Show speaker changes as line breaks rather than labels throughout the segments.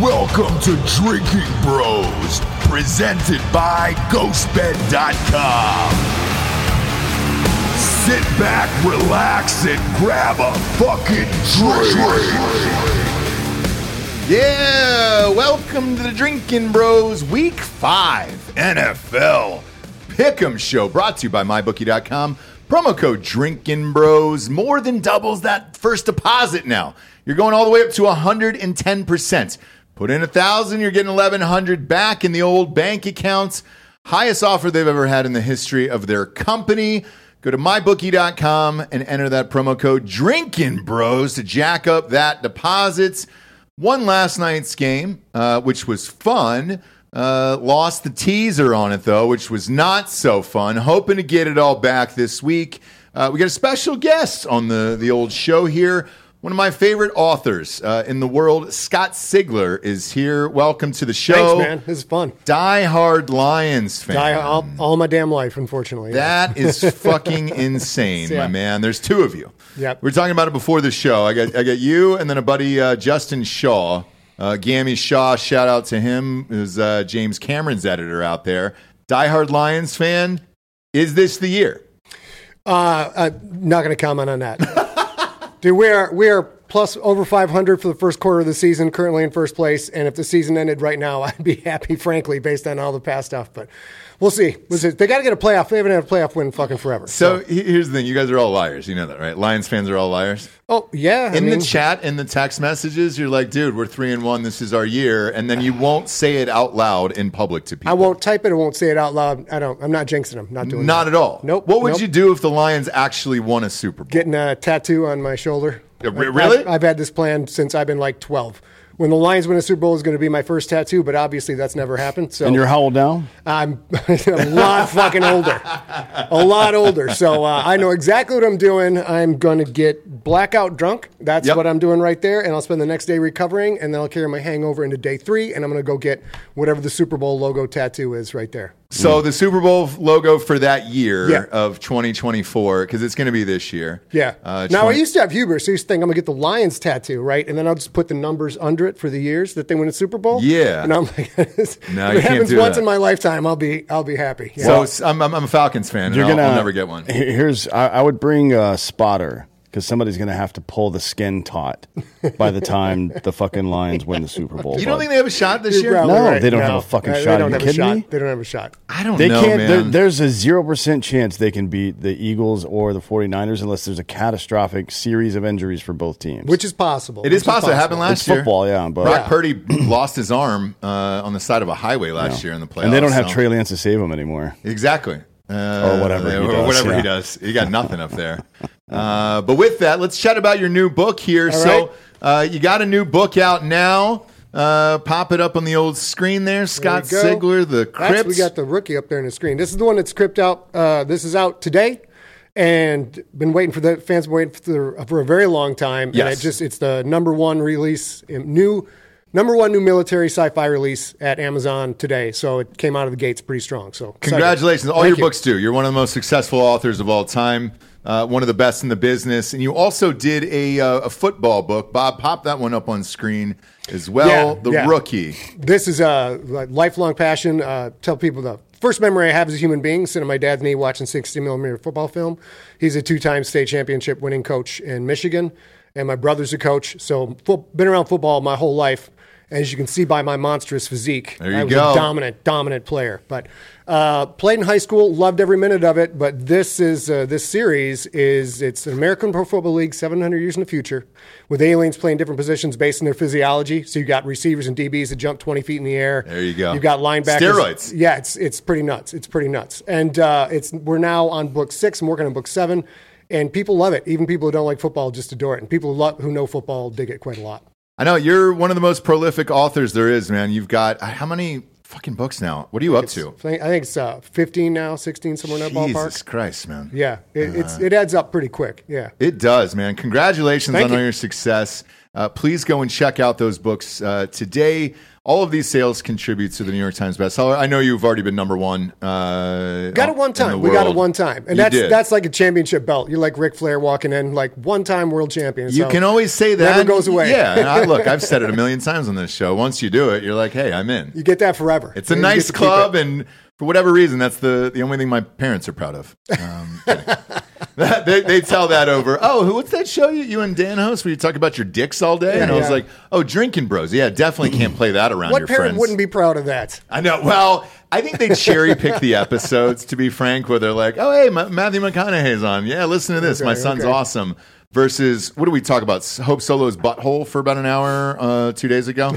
Welcome to Drinking Bros, presented by GhostBed.com. Sit back, relax, and grab a fucking drink.
Yeah, welcome to the Drinking Bros Week 5 NFL Pick'em Show brought to you by MyBookie.com. Promo code Drinking Bros more than doubles that first deposit now. You're going all the way up to 110%. Put in a thousand, you're getting 1100 back in the old bank accounts. Highest offer they've ever had in the history of their company. Go to mybookie.com and enter that promo code Drinking Bros to jack up that deposits won last night's game, uh, which was fun. Uh, lost the teaser on it though, which was not so fun. Hoping to get it all back this week. Uh, we got a special guest on the the old show here. One of my favorite authors uh, in the world, Scott Sigler, is here. Welcome to the show,
Thanks, man. This is fun.
Die hard Lions fan.
Die all, all my damn life, unfortunately.
That is fucking insane,
Yeah.
my man. There's two of you.
Yep.
We were talking about it before the show. I got I got you and then a buddy uh, Justin Shaw, uh, Gammy Shaw. Shout out to him. Who's uh, James Cameron's editor out there? Diehard Lions fan. Is this the year?
Uh, I'm not going to comment on that. Dude, we are we are plus over 500 for the first quarter of the season, currently in first place. And if the season ended right now, I'd be happy, frankly, based on all the past stuff. But we'll see. We'll see. They got to get a playoff. They haven't had a playoff win fucking forever.
So he- here's the thing: you guys are all liars. You know that, right? Lions fans are all liars.
oh yeah, I
In
mean,
the chat, in the text messages, you're like, "Dude, we're three and one. This is our year," and then you won't say it out loud in public to people.
I won't type it. I won't say it out loud. I don't. I'm not jinxing them. Not doing.
Not
that.
at all.
Nope,
What would
nope.
you do if the Lions actually won a Super Bowl?
Getting a tattoo on my shoulder.
Yeah, re- really?
I've, I've had this plan since I've been like 12. When the Lions win a Super Bowl is going to be my first tattoo, but obviously that's never happened. So
And you're how old now?
I'm a lot fucking older, a lot older. So uh, I know exactly what I'm doing. I'm going to get blackout drunk. That's
Yep.
what I'm doing right there, and I'll spend the next day recovering, and then I'll carry my hangover into day three, and I'm going to go get whatever the Super Bowl logo tattoo is right there.
Mm.
so the Super Bowl logo for that year
Yeah.
of 2024, because it's going to be this year.
Yeah.
Uh,
now I
20
used to have hubris. I used to think I'm gonna get the Lions tattoo, right? And then I'll just put the numbers under it for the years that they win a Super Bowl.
Yeah.
And I'm like, if
No, you
it
can't
happens
do
once
that.
in my lifetime, I'll be I'll be happy. Yeah.
so it's- I'm, I'm, I'm a Falcons fan. And I'll, I'll never get one.
he- Here's I, I would bring a spotter because somebody's gonna have to pull the skin taut by the time the fucking Lions win the Super Bowl.
You don't
but
think they have a shot this
You're
year?
probably
No, they don't have a fucking shot.
They
Are
don't
you
have a
kidding
shot.
me?
They don't have a shot.
I don't
they
know,
can't. there-
man.
There's a zero percent chance they can beat the Eagles or the 49ers unless there's a catastrophic series of injuries for both teams.
Which is possible.
it
Which
is possible. It happened last
it's
year.
football, yeah. But
Brock Purdy lost his arm uh, on the side of a highway last year in the playoffs.
and they don't have
so-
Trey Lance to save them anymore.
Exactly. Uh,
Or whatever he
or
does,
whatever he
yeah.
does. He got nothing up there. Uh, but with that, let's chat about your new book here. so
right.
uh, you got a new book out now. Uh, pop it up on the old screen there. Scott
There we go.
Sigler, The
That's-
Crips.
We got the rookie up there in the screen. This is the one that's script out. Uh, this is out today, and been waiting for the fans been waiting for, the, for a very long time. And
Yes.
it just it's the number one release um, new. Number one new military sci-fi release at Amazon today, so it came out of the gates pretty strong. So excited.
Congratulations. All
Thank
your
you.
books do. You're one of the most successful authors of all time, uh, one of the best in the business. And you also did a, uh, a football book. Bob, pop that one up on screen as well.
Yeah,
the
yeah.
Rookie.
This is a lifelong passion. Uh, tell people the first memory I have as a human being, sitting on my dad's knee watching 60 millimeter football film. He's a two time state championship winning coach in Michigan, and my brother's a coach. So, fo- been around football my whole life. As you can see by my monstrous physique,
There you
I was
go.
a dominant, dominant player. But uh, played in high school, loved every minute of it. But this is uh, this series is it's an American Pro Football League, 700 years in the future, with aliens playing different positions based on their physiology. So you got receivers and DBs that jump 20 feet in the air.
There you go.
You've got linebackers.
Steroids.
Yeah, it's it's pretty nuts. It's pretty nuts. And uh, it's we're now on book six. I'm working on book seven. and people love it. Even people who don't like football just adore it, and people who, love, who know football dig it quite a lot.
I know you're one of the most prolific authors there is, man. You've got uh, how many fucking books now? What are you up to?
So I think I think it's uh, 15 now, 16 somewhere in that
Jesus
ballpark.
Christ, man.
Yeah, it, it's
uh,
it adds up pretty quick. Yeah.
It does, man. Congratulations
Thank
on all
you.
your success. Uh, please go and check out those books uh, today. All of these sales contribute to the New York Times bestseller. I know you've already been number one. Uh,
Got it one
in the
time. We got it
world.
one time, and
You
that's
did.
that's like a championship belt. You're like Ric Flair walking in, like one time world champion.
You
So
can always say that.
Never goes away.
Yeah. and I, look, I've said it a million times on this show. Once you do it, you're like, hey, I'm in.
you get that forever.
It's a
You get
nice
to keep
club,
it.
and for whatever reason, that's the, the only thing my parents are proud of. Um, kidding. they, they tell that over. Oh, who? What's that show you, you and Dan host where you talk about your dicks all day? and I was
Yeah.
like, oh, drinking bros. Yeah, definitely can't play that around
What
your
parent
friends.
wouldn't be proud of that?
I know. Well, I think they cherry pick the episodes. To be frank, where they're like, oh, hey, Ma- Matthew McConaughey's on. Yeah, listen to this.
Okay,
My son's
okay.
awesome. Versus, what do we talk about? S- Hope Solo's butthole for about an hour uh, two days ago.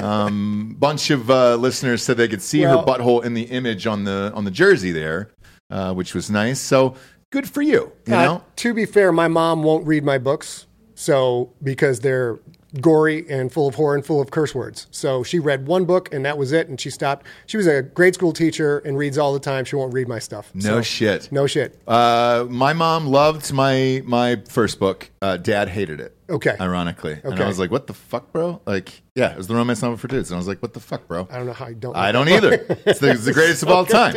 um, bunch of uh, listeners said they could see
Well-
her butthole in the image on the on the jersey there, uh, which was nice. So good for you. You
Uh,
know,
to be fair, my mom won't read my books, so because they're gory and full of horror and full of curse words. So she read one book and that was it, and she stopped. She was a grade school teacher and reads all the time. She won't read my stuff.
no
So,
shit.
No shit.
Uh, my mom loved my my first book. Uh, Dad hated it.
Okay.
Ironically, and I
Okay.
was like, "What the fuck, bro?" Like, yeah, it was the romance novel for dudes, and I was like, "What the fuck, bro?"
I don't know how I don't.
I don't either. It's the, it's the greatest of all time.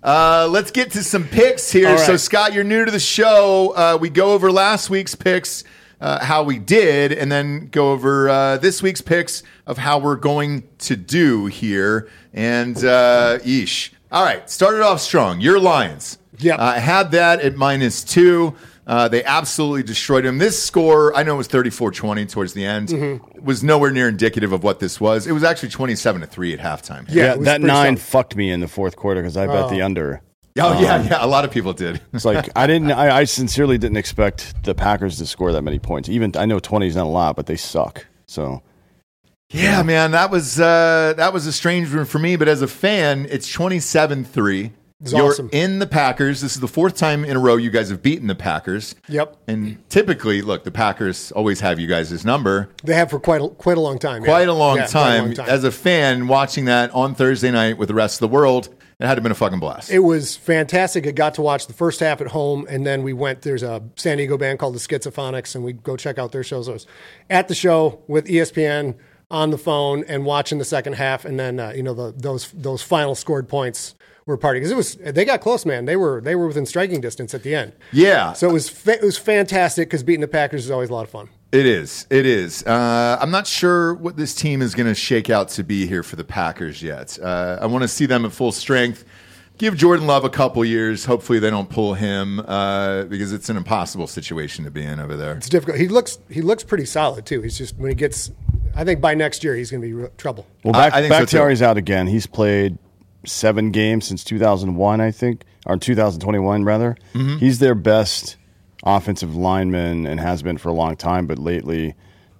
Uh, let's get to some picks here.
All right.
So, Scott, you're new to the show. Uh, we go over last week's picks, uh, how we did, and then go over uh, this week's picks of how we're going to do here. And, uh, yeesh. All right, started off strong. Your Lions.
Yep.
Uh, had that at minus two. Uh, they absolutely destroyed him. This score, I know it was 34 20 towards the end,
Mm-hmm.
was nowhere near indicative of what this was. It was actually 27 to 3 at halftime.
Yeah,
Yeah,
it was
that
pretty
nine
solid.
fucked me in the fourth quarter because I bet the under.
Oh,
Uh-huh.
yeah, yeah. A lot of people did.
It's like I didn't. I, I sincerely didn't expect the Packers to score that many points. Even I know twenty is not a lot, but they suck. So
Yeah, man. That was uh, that was a strange one for me. But as a fan, it's 27 3.
It's
You're
awesome.
in the Packers. This is the fourth time in a row you guys have beaten the Packers.
Yep.
And typically, look, the Packers always have you guys' number.
They have for quite a, quite a long time. yeah.
quite a long
Yeah, quite
time. As a fan watching that on Thursday night with the rest of the world, it had to have been a fucking blast.
It was fantastic. I got to watch the first half at home, and then we went. There's a San Diego band called the Schizophonics, and we go check out their shows. I was at the show with E ESPN on the phone and watching the second half, and then uh, you know the, those those final scored points were party because it was they got close, man. They were they were within striking distance at the end.
yeah.
So it was fa- it was fantastic because beating the Packers is always a lot of fun.
It is. It is. Uh, I'm not sure what this team is going to shake out to be here for the Packers yet. Uh, I want to see them at full strength. Give Jordan Love a couple years. Hopefully, they don't pull him uh, because it's an impossible situation to be in over there.
It's difficult. He looks he looks pretty solid too. He's just when he gets, I think by next year he's going to be real trouble.
well,
I-
back,
I think so, too.
Bakhtiari's out again. He's played seven games since two thousand one, I think, or two thousand twenty one rather.
Mm-hmm.
He's their best offensive lineman and has been for a long time, but lately,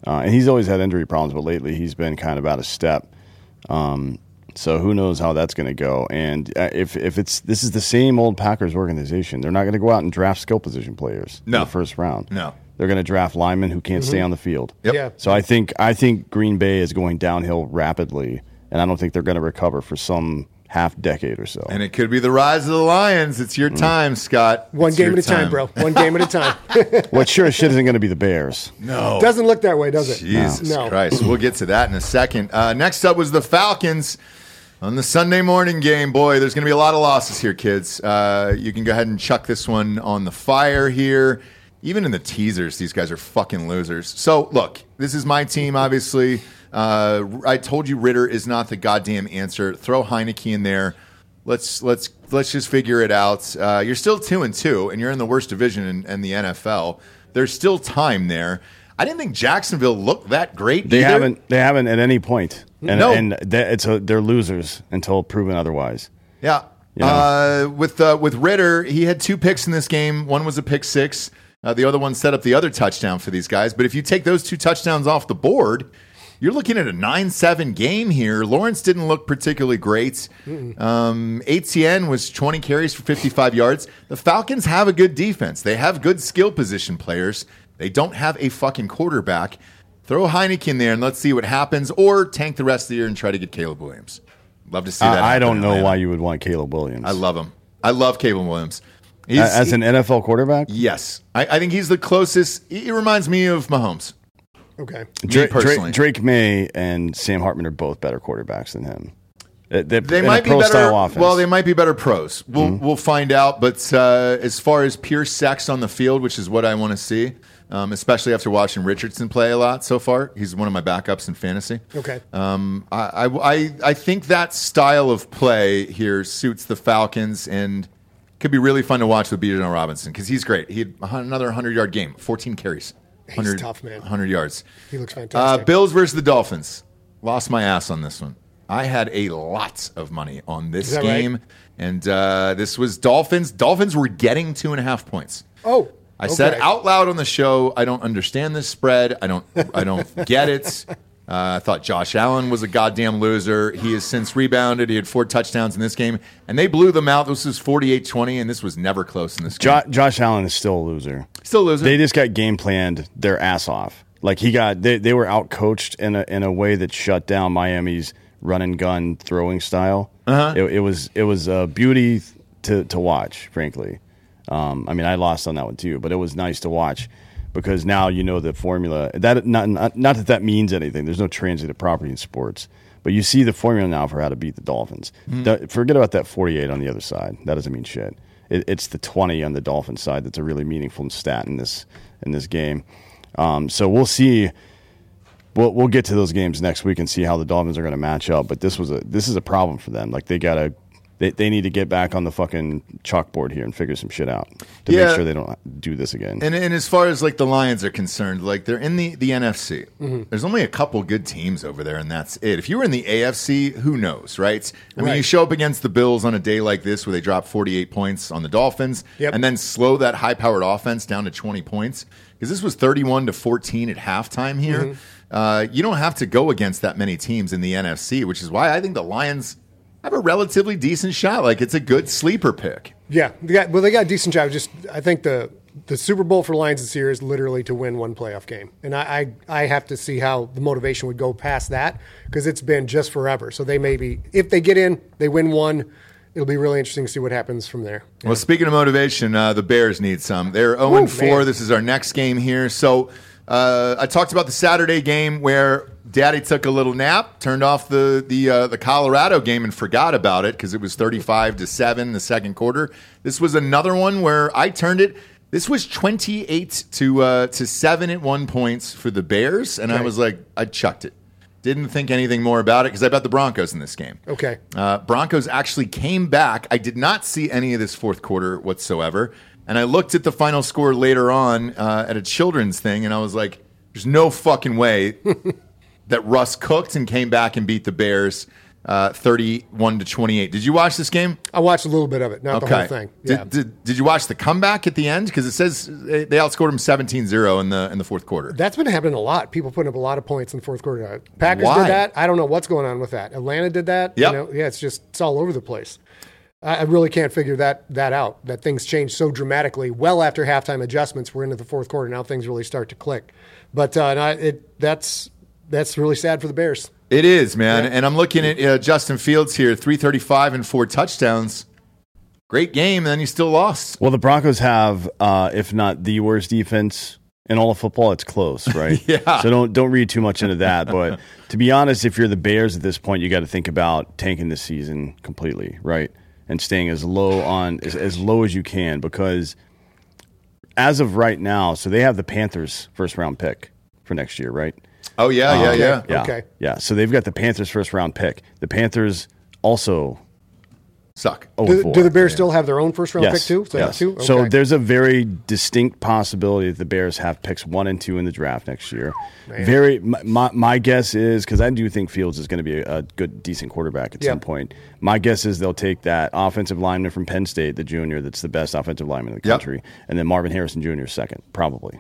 uh, and he's always had injury problems, but lately he's been kind of out of step. Um, so who knows how that's going to go? And uh, if if it's this is the same old Packers organization, they're not going to go out and draft skill position players
No.
in the first round.
No. Mm-hmm.
they're going to draft linemen who can't stay on the field.
Yep.
Yeah.
So I think I think Green Bay is going downhill rapidly, and I don't think they're going to recover for some half decade or so.
And it could be the rise of the Lions. It's your time, Scott.
One
It's
game
your
at a time, bro. One game at a time.
what sure as shit isn't going to be the Bears.
No.
Doesn't look that way, does it?
Jesus
no.
Christ. We'll get to that in a second. Uh, next up was the Falcons on the Sunday morning game. Boy, there's going to be a lot of losses here, kids. Uh, you can go ahead and chuck this one on the fire here. Even in the teasers, these guys are fucking losers. So, look, this is my team, obviously. Uh, I told you Ritter is not the goddamn answer. Throw Heineke in there. Let's let's let's just figure it out. Uh, you're still two and two, and you're in the worst division in, in the NFL. There's still time there. I didn't think Jacksonville looked that great.
They
either.
haven't. They haven't at any point. And,
No.
and that, it's a, they're losers until proven otherwise.
Yeah.
Yeah.
Uh, with uh, with Ritter, he had two picks in this game. One was a pick six. Uh, the other one set up the other touchdown for these guys. But if you take those two touchdowns off the board, You're looking at a 9 7 game here. Lawrence didn't look particularly great. Um, ATN was 20 carries for 55 yards. The Falcons have a good defense, they have good skill position players. They don't have a fucking quarterback. Throw Heineken there and let's see what happens, or tank the rest of the year and try to get Caleb Williams. Love to see that.
I, I
happen
don't
in
know
Atlanta.
why you would want Caleb Williams.
I love him. I love Caleb Williams.
A-
He's,
as an NFL quarterback.
yes, I, I think he's the closest. He he reminds me of Mahomes.
Okay.
Drake,
personally.
Drake, Drake May and Sam Hartman are both better quarterbacks than him. They, they-
They
in a
might be
pro
better.
style offense. Mm-hmm.
Well, they might be better pros. We'll we'll find out. But uh, as far as pure sex on the field, which is what I want to see, um, especially after watching Richardson play a lot so far, he's one of my backups in fantasy.
Okay.
Um, I, I, I, I think that style of play here suits the Falcons and could be really fun to watch with Bijan Robinson because he's great. He had a hun- another 100 yard game, 14 carries.
He's
100
tough, man.
100 yards.
He looks fantastic.
Uh, Bills versus the Dolphins. Lost my ass on this one. I had a lot of money on this
Is that right?
game, and uh, this was Dolphins. Dolphins were getting two and a half points.
Oh.
I said
okay.
out loud on the show, I don't understand this spread. I don't, I don't get it. Uh, I thought Josh Allen was a goddamn loser. He has since rebounded. He had four touchdowns in this game, and they blew them out. This was 48-20, and this was never close in this game.
Jo- Josh Allen is still a loser.
Still a loser.
They just got game planned their ass off. Like he got they, they were out coached in a in a way that shut down Miami's run and gun throwing style. Uh-huh. It, it was it was a beauty to to watch, frankly. Um, I mean, I lost on that one too, but it was nice to watch because now you know the formula. That not not, not that that means anything. There's no transitive property in sports, but you see the formula now for how to beat the Dolphins. That- forget about that 48 on the other side. That doesn't mean shit. It, it's the 20 on the Dolphin side that's a really meaningful stat in this in this game. Um, so we'll see. We'll, we'll get to those games next week and see how the Dolphins are going to match up. But this was a this is a problem for them. Like they gotta they, they need to get back on the fucking chalkboard here and figure some shit out to
Yeah.
make sure they don't do this again.
And, and as far as like the Lions are concerned, like they're in the, the NFC.
Mm-hmm.
There's only a couple good teams over there, and that's it. If you were in the AFC, who knows, right? I mean, you
Right.
show up against the Bills on a day like this where they drop 48 points on the Dolphins,
Yep.
and then slow that high powered offense down to 20 points because this was 31 to 14 at halftime here.
Mm-hmm.
Uh, you don't have to go against that many teams in the NFC, which is why I think the Lions have a relatively decent shot. Like it's a good sleeper pick.
Yeah, they got, well, they got a decent job. Just I think the the Super Bowl for Lions this year is literally to win one playoff game, and I I, I have to see how the motivation would go past that because it's been just forever. So they may be if they get in, they win one. It'll be really interesting to see what happens from there.
Well, speaking of motivation, uh, the Bears need some. They're 0
Woo,
4.
man.
This is our next game here. So uh, I talked about the Saturday game where Daddy took a little nap, turned off the the uh, the Colorado game, and forgot about it because it was 35 to 7 the second quarter. This was another one where I turned it. This was 28 to uh, to 7 at one points for the Bears, and I was like, I chucked it. Didn't think anything more about it because I bet the Broncos in this game.
Okay,
Uh, Broncos actually came back. I did not see any of this fourth quarter whatsoever. And I looked at the final score later on uh, at a children's thing, and I was like, there's no fucking way that Russ cooked and came back and beat the Bears uh, 31 to 28. Did you watch this game?
I watched a little bit of it, not the whole thing.
Did,
Yeah,
did, did you watch the comeback at the end? Because it says they they outscored him 17 0 in the, in the fourth quarter.
that's been happening a lot. People putting up a lot of points in the fourth quarter. Uh, Packers
Why?
did that. I don't know what's going on with that. Atlanta did that.
Yep.
know, yeah, it's just it's all over the place. I, I really can't figure that that out. That things change so dramatically. Well after halftime adjustments, we're into the fourth quarter now. Things really start to click. But uh, no, it that's that's really sad for the Bears.
It is, man. And I'm looking at uh, Justin Fields here 335 and four touchdowns. Great game, and then you still lost.
Well, the Broncos have, uh, if not the worst defense in all of football, it's close, right? yeah. So don't don't read too much into that. But to be honest, if you're the Bears at this point, you got to think about tanking this season completely, right? And staying as low on as, as low as you can because as of right now, so they have the Panthers first round pick for next year, right?
Oh, yeah, yeah, yeah.
Yeah.
Okay.
Yeah. So they've got the Panthers first round pick. The Panthers also
Suck. Oh,
Do,
0-4.
do the Bears still have their own first round pick too? So,
yes.
two?
So
Okay.
there's a very distinct possibility that the Bears have picks one and two in the draft next year. Very. My, my, my guess is because I do think Fields is going to be a, a good, decent quarterback at
Yeah.
some point. My guess is they'll take that offensive lineman from Penn State, the junior, that's the best offensive lineman in the
Yep.
country, and then Marvin Harrison Jr. second, probably.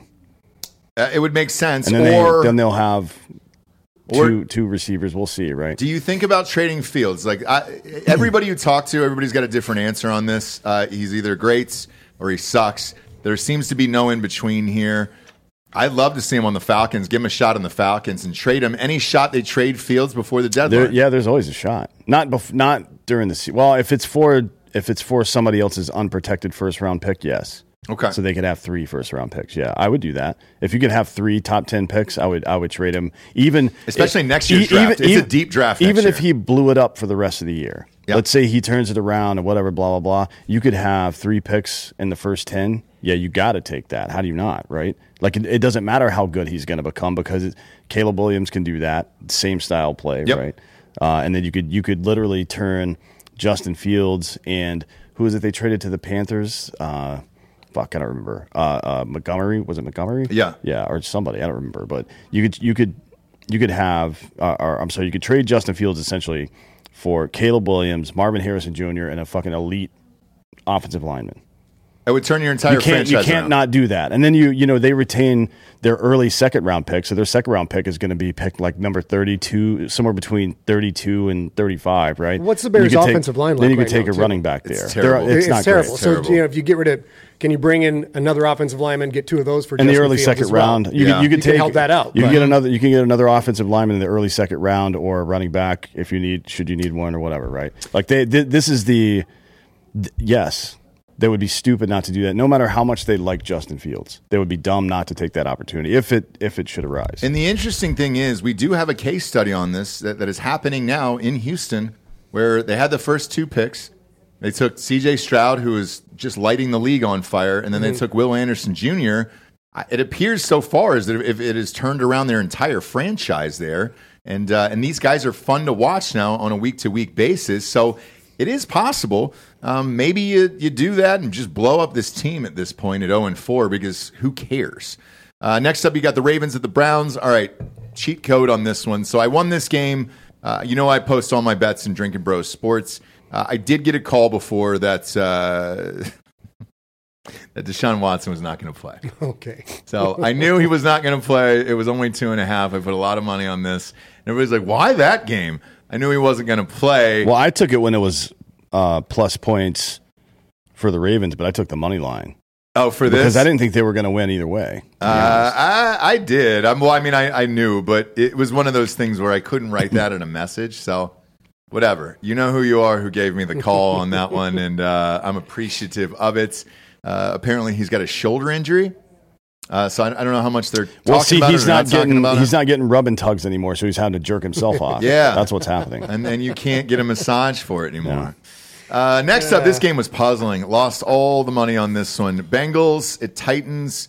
Uh, it would make sense.
And then,
or
they, then they'll have
Or-
two two receivers. We'll see, right?
Do you think about trading fields? Like I, everybody you talk to, everybody's got a different answer on this. Uh, he's either great or he sucks. There seems to be no in between here. I'd love to see him on the Falcons. Give him a shot on the Falcons and trade him. Any shot they trade Fields before the deadline.
There, yeah, there's always a shot. Not bef- not during the se- well, if it's for if it's for somebody else's unprotected first round pick, yes.
Okay.
So they could have three first round picks. Yeah, I would do that. If you could have three top ten picks, I would I would trade him even
Especially
if-
next year's draft. It's a deep draft next
Even if
year.
he blew it up for the rest of the year.
Yeah.
Let's say he turns it around and whatever, blah blah blah. You could have three picks in the first ten. Yeah, you got to take that. How do you not? Right? Like it, it doesn't matter how good he's going to become because it, Caleb Williams can do that same style play,
Yep.
right? Uh, and then you could you could literally turn Justin Fields and who is it they traded to the Panthers? Uh, fuck, I don't remember. Uh, uh, Montgomery was it Montgomery?
Yeah.
yeah, or somebody I don't remember. But you could you could you could have uh, or I'm sorry, you could trade Justin Fields essentially for Caleb Williams, Marvin Harrison Jr., and a fucking elite offensive lineman.
it would turn your entire
You can't, you
franchise
can't
around.
not do that. And then you you know they retain their early second round pick, so their second round pick is going to be picked like number thirty two, somewhere between thirty two and thirty five, right?
What's the
You
Bears'
could take-
offensive line like
Then you could
right
take
now,
a
too?
running back there. They're-
terrible.
It's,
It's,
not
terrible.
great.
So
terrible.
you know, if you get rid of, can you bring in another offensive lineman? Get two of those for
in the
Justin
early
Fields
second
as well?
round. You,
Yeah.
could, you could
You
take
could help that out.
You can
Right.
get another. You can get another offensive lineman in the early second round or a running back if you need. Should you need one or whatever, right? Like they. thi- this is the. th- yes, they would be stupid not to do that. No matter how much they like Justin Fields, they would be dumb not to take that opportunity if it if it should arise.
And the interesting thing is, we do have a case study on this that, that is happening now in Houston, where they had the first two picks. They took CJ Stroud, who was just lighting the league on fire, and then they took Will Anderson Jr. I- It appears so far as that if it has turned around their entire franchise there, and uh, and these guys are fun to watch now on a week to week basis. So it is possible. Um, maybe you, you do that and just blow up this team at this point at 0 and 4 because who cares? Uh, next up, you got the Ravens at the Browns. All right, cheat code on this one. So I won this game. Uh, you know, I post all my bets in Drinking Bros Sports. Uh, I did get a call before that uh, that Deshaun Watson was not going to play.
Okay.
So I knew he was not going to play. It was only two and a half. I put a lot of money on this. And everybody's like, why that game? I knew he wasn't going to play.
well, I took it when it was uh, plus points for the Ravens, but I took the money line
oh, for this?
because I didn't think they were going to win either way. to be
Uh, I, I did. I'm, well, I mean, I, I knew, but it was one of those things where I couldn't write that in a message. So, whatever. You know who you are who gave me the call on that one, and uh, I'm appreciative of it. Uh, apparently, he's got a shoulder injury. Uh, so, I, I don't know how much they're talking
Well, see,
about
he's
it or
not,
talking
getting
about
he's
it.
not getting rub and tugs anymore, so he's having to jerk himself off.
Yeah.
that's what's happening.
and then you can't get a massage for it anymore. Uh, next up, this game was puzzling. Lost all the money on this one. Bengals at Titans.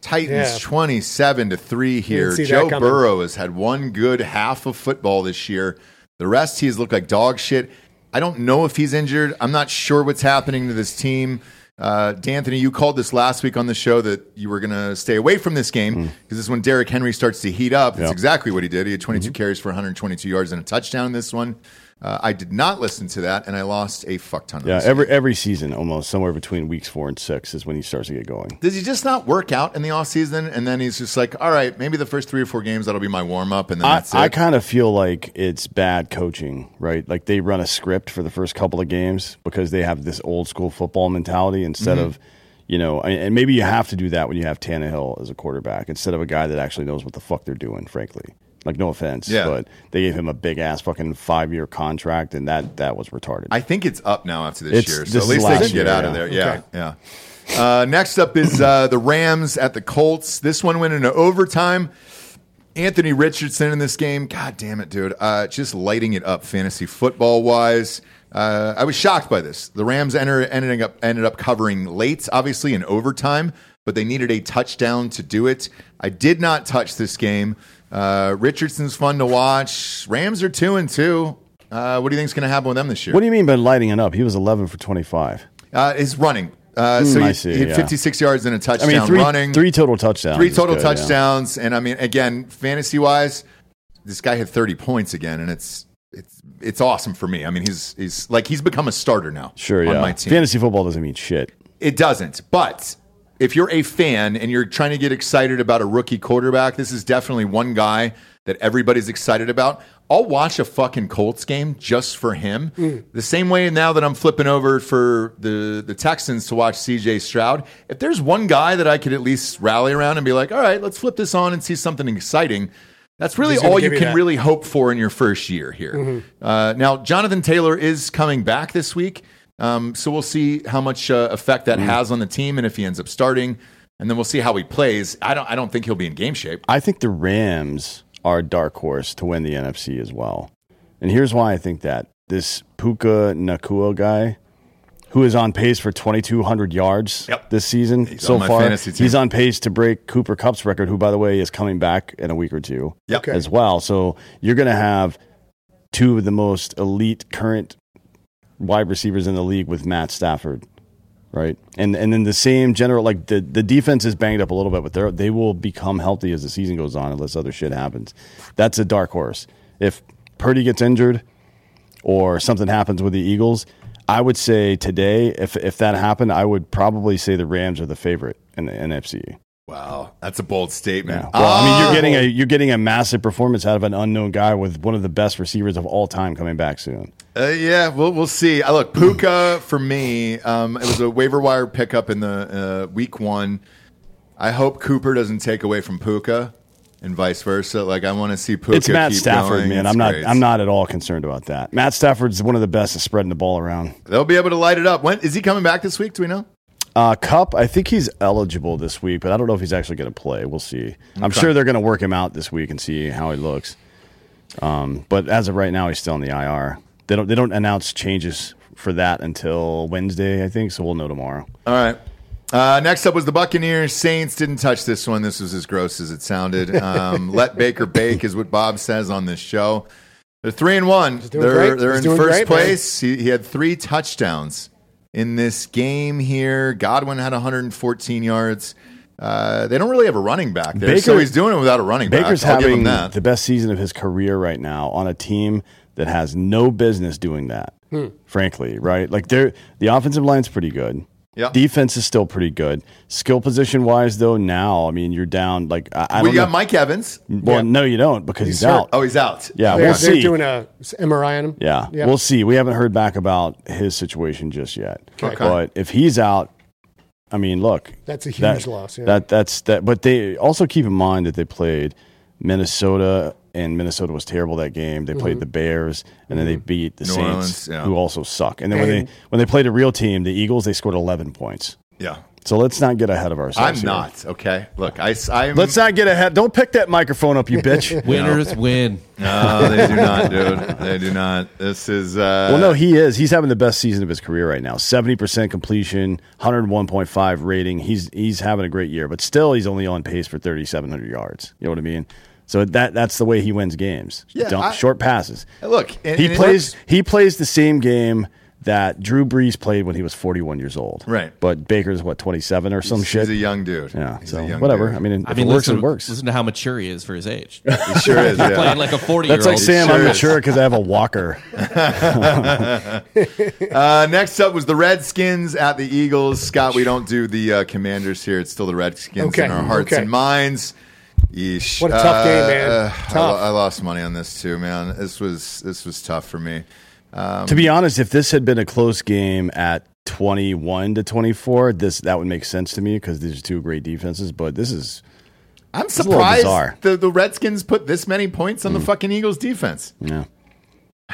Titans
Yeah.
27 to 3 here.
see that
Joe
coming.
Burrow has had one good half of football this year. The rest he's looked like dog shit. I don't know if he's injured. I'm not sure what's happening to this team. Uh, D'Anthony, you called this last week on the show that you were going to stay away from this game because this is when Derrick Henry starts to heat up. It's
Hmm. Yeah. Mm-hmm.
exactly what he did. He had 22 carries for 122 yards and a touchdown in this one. Uh, I did not listen to that, and I lost a fuck ton of
Yeah,
this.
every every season, almost somewhere between weeks four and six is when he starts to get going.
Does he just not work out in the offseason? And then he's just like, all right, maybe the first three or four games, that'll be my warm up. And then
I,
that's it.
I kind of feel like it's bad coaching, right? Like they run a script for the first couple of games because they have this old school football mentality instead
Mm-hmm.
of, you know, and and maybe you have to do that when you have Tannehill as a quarterback instead of a guy that actually knows what the fuck they're doing, frankly. Like no offense,
Yeah.
but they gave him a big ass fucking five year contract, and that that was retarded.
I think it's up now after this
It's-
year. So
this
at
is
least they
last
can get
year,
out of
yeah.
there. Yeah. Yeah. Uh, next up is uh, the Rams at the Colts. This one went into overtime. Anthony Richardson in this game. God damn it, dude. Uh, just lighting it up fantasy football wise. Uh, I was shocked by this. The Rams enter, ended, up, ended up covering late, obviously, in overtime, but they needed a touchdown to do it. I did not touch this game. Uh, Richardson's fun to watch. Rams are 2 and 2. Uh, what do you think's going to happen with them this year?
what do you mean by lighting it up? He was eleven for twenty five.
Uh, is running. Uh, so
Mm,
he,
I see,
he had
yeah.
56 yards and a touchdown
I mean, three,
running.
three total touchdowns.
Three
is
total
good, yeah.
touchdowns. And I mean, again, fantasy wise, this guy had 30 points again, and it's it's it's awesome for me. I mean, he's he's like he's become a starter now.
Sure,
on
yeah.
my team.
Fantasy football doesn't mean shit.
It doesn't. But if you're a fan and you're trying to get excited about a rookie quarterback, this is definitely one guy that everybody's excited about. I'll watch a fucking Colts game just for him.
Mm.
The same way now that I'm flipping over for the, the Texans to watch CJ Stroud. If there's one guy that I could at least rally around and be like, all right, let's flip this on and see something exciting, that's really
He's gonna
all you
give you
can
that.
really hope for in your first year here.
Mm-hmm.
Uh, now, Jonathan Taylor is coming back this week, um, so we'll see how much uh, effect
Mm-hmm.
that has on the team and if he ends up starting, and then we'll see how he plays. I don't, I don't think he'll be in game shape.
I think the Rams are a dark horse to win the NFC as well. And here's why I think that this Puka Nakua guy, who is on pace for 2,200 yards
Yep.
this season so
on my
far,
fantasy team.
he's on pace to break Cooper Cup's record, who, by the way, is coming back in a week or two
Yep.
Okay.
as well. So you're going to have two of the most elite current wide receivers in the league with Matt Stafford, right? And and then the same general like the, the defense is banged up a little bit, but they are they will become healthy as the season goes on unless other shit happens. That's a dark horse. If Purdy gets injured or something happens with the Eagles, I would say today if if that happened, I would probably say the Rams are the favorite in the NFC.
Wow, that's a bold statement.
Yeah. Well, I mean,
Ah!
you're getting a you're getting a massive performance out of an unknown guy with one of the best receivers of all time coming back soon.
Uh, yeah, we'll we'll see. I look Puka for me. Um, it was a waiver wire pickup in the uh, week one. I hope Cooper doesn't take away from Puka, and vice versa. Like I want to see Puka.
it's Matt
keep
Stafford,
going.
man.
It's
I'm not
great.
I'm not at all concerned about that. Matt Stafford's one of the best at spreading the ball around.
They'll be able to light it up. When is he coming back this week? Do we know?
Uh, Cup, I think he's eligible this week, but I don't know if he's actually going to play. We'll see. I'm
Okay.
sure they're going to work him out this week and see how he looks. Um, but as of right now, he's still in the IR. They don't they don't announce changes for that until Wednesday, I think. So we'll know tomorrow.
All right. Uh, next up was the Buccaneers. Saints didn't touch this one. This was as gross as it sounded. Um, let Baker bake is what Bob says on this show. They're three and one.
doing
they're
great.
they're
He's
in
doing
first
great, man.
place. He, he had three touchdowns in this game here. Godwin had 114 yards. Uh, they don't really have a running back there, so
Baker-
he's doing it without a running
Baker's
back. I'll give
having
him that.
the best season of his career right now on a team that has no business doing that. Frankly, right? Like they're the offensive line's pretty good.
Yeah.
Defense is still pretty good. Skill position wise, though, now I mean you're down. Like I, I
we
don't
got
know.
Mike Evans.
well, no, you don't because he's, out.
Oh, he's out.
They're,
yeah, we'll
they're
see.
doing a MRI on him.
yeah,
Yeah.
we'll see. We haven't heard back about his situation just yet.
Okay.
But if he's out, I mean, look,
That's a huge loss, yeah.
That that's that. But they also keep in mind that they played Minnesota, and Minnesota was terrible that game. They played the Bears, and then they beat the
New
Saints,
Orleans, yeah.
who also suck. And then when they when they played a real team, the Eagles, they scored eleven points.
Yeah.
So let's not get ahead of ourselves.
I'm
here.
not. Okay. Look, I, I'm.
Let's not get ahead. Don't pick that microphone up, you bitch.
Winners win.
No, they do not, dude. They do not. This is. Uh,
Well, no, he is. He's having the best season of his career right now. Seventy percent completion, hundred one point five rating. He's he's having a great year, but still, he's only on pace for thirty seven hundred yards. You know what I mean? So that that's the way he wins games.
Yeah,
Dump,
I-
short passes.
Look, and-
he
and it
plays
looks-
he plays the same game that Drew Brees played when he was forty one years old.
Right.
but Baker's what twenty seven or some shit.
He's a young dude.
yeah,
He's
so
a young
whatever.
dude.
I mean, if
I mean,
it works,
listen,
it works.
listen to how mature he is for his age.
he sure is. yeah.
Playing like a 40 year old.
That's like Sam.
sure
I'm
is.
mature because I have a walker.
Uh, next up was the Redskins at the Eagles. Scott, we don't do the uh, Commanders here. It's still the Redskins
Okay,
in our hearts
okay.
and minds. Yeesh.
What a tough game, man.
Uh, I, lo-
Tough.
I lost money on this too, man. This was this was tough for me.
To be honest, if this had been a close game at 21 to 24, this that would make sense to me because these are two great defenses, but this is
I'm
a little
surprised
bizarre. Mm.
the, the Redskins put this many points on the fucking Eagles defense.
yeah.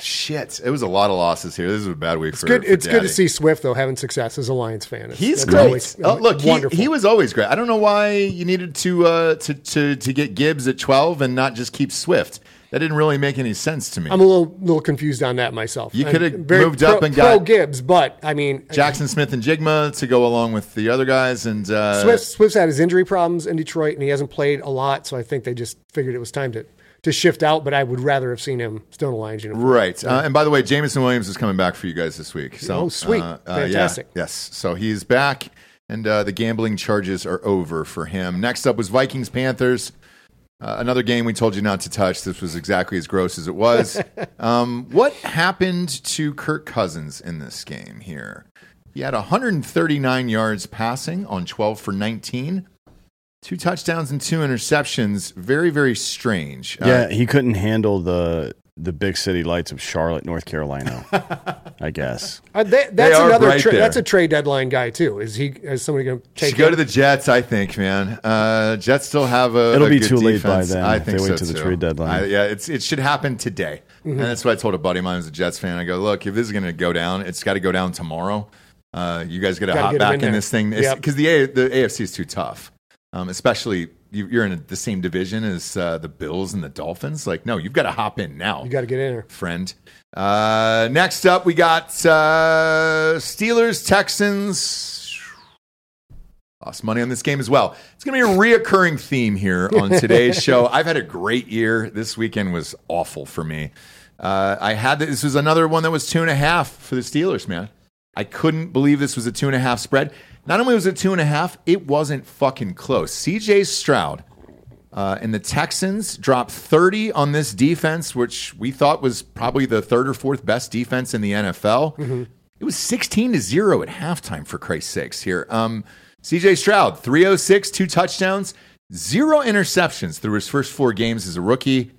Shit, it was a lot of losses here. This is a bad week
It's
for
good.
for
It's good
Daddy.
to see Swift though having success as a Lions fan. It's-
He's
that's
great.
always- uh,
oh, look, he,
wonderful.
he was always great. I don't know why you needed to, uh, to to to get Gibbs at twelve and not just keep Swift. That didn't really make any sense to me.
I'm a little little confused on that myself.
You
I'm
coulda
very
moved
pro-
up and
pro
got-
Gibbs, but I mean uh,
Jackson Smith and Jigma to go along with the other guys, and uh,
Swift, Swift's had his injury problems in Detroit, and he hasn't played a lot. So I think they just figured it was time to to shift out. But I would rather have seen him still in a Lions uniform.
Right. Uh, and by the way, Jameson Williams is coming back for you guys this week. So,
Oh, sweet.
uh, uh,
Fantastic.
yeah, yes. So he's back, and uh, the gambling charges are over for him. Next up was Vikings Panthers. Uh, another game we told you not to touch. This was exactly as gross as it was. um, what happened to Kirk Cousins in this game here? He had 139 yards passing on 12 for 19, Two touchdowns and two interceptions. Very, very strange. Uh,
Yeah, he couldn't handle the the big city lights of Charlotte, North Carolina. I guess.
Uh, they, that's
are
another.
right
tra-
there.
that's a trade deadline guy too. Is he? Is somebody going to take?
should go
him?
to the Jets, I think, man. Uh, Jets still have a.
It'll
a
be
good
too late by
defense.
then
I
if
think
they wait
so
till the
too.
trade deadline.
I- yeah, it's it should happen today,
Mm-hmm.
and that's what I told a buddy of mine who's a Jets fan. I go, look, if this is going to go down, it's got to go down tomorrow. Uh, you guys got to
Gotta
hop
get 'em
back
in there.
in, this thing
Yep.
because the A, the AFC is too tough, um, especially. you- You're in the same division as uh, the Bills and the Dolphins. Like, no, you've got to hop in now
You got to get in there.
friend. Uh, next up, we got uh, Steelers Texans. Lost money on this game as well. It's going to be a reoccurring theme here on today's show. I've had a great year. This weekend was awful for me. Uh, I had this was another one that was two and a half for the Steelers, man. I couldn't believe this was a two and a half spread. Not only was it two and a half, it wasn't fucking close. CJ Stroud uh, and the Texans dropped 30 on this defense, which we thought was probably the third or fourth best defense in the NFL.
Mm-hmm.
It was 16 to 0 at halftime, for Christ's sakes, here. Um, CJ Stroud, 306, two touchdowns, zero interceptions through his first four games as a rookie.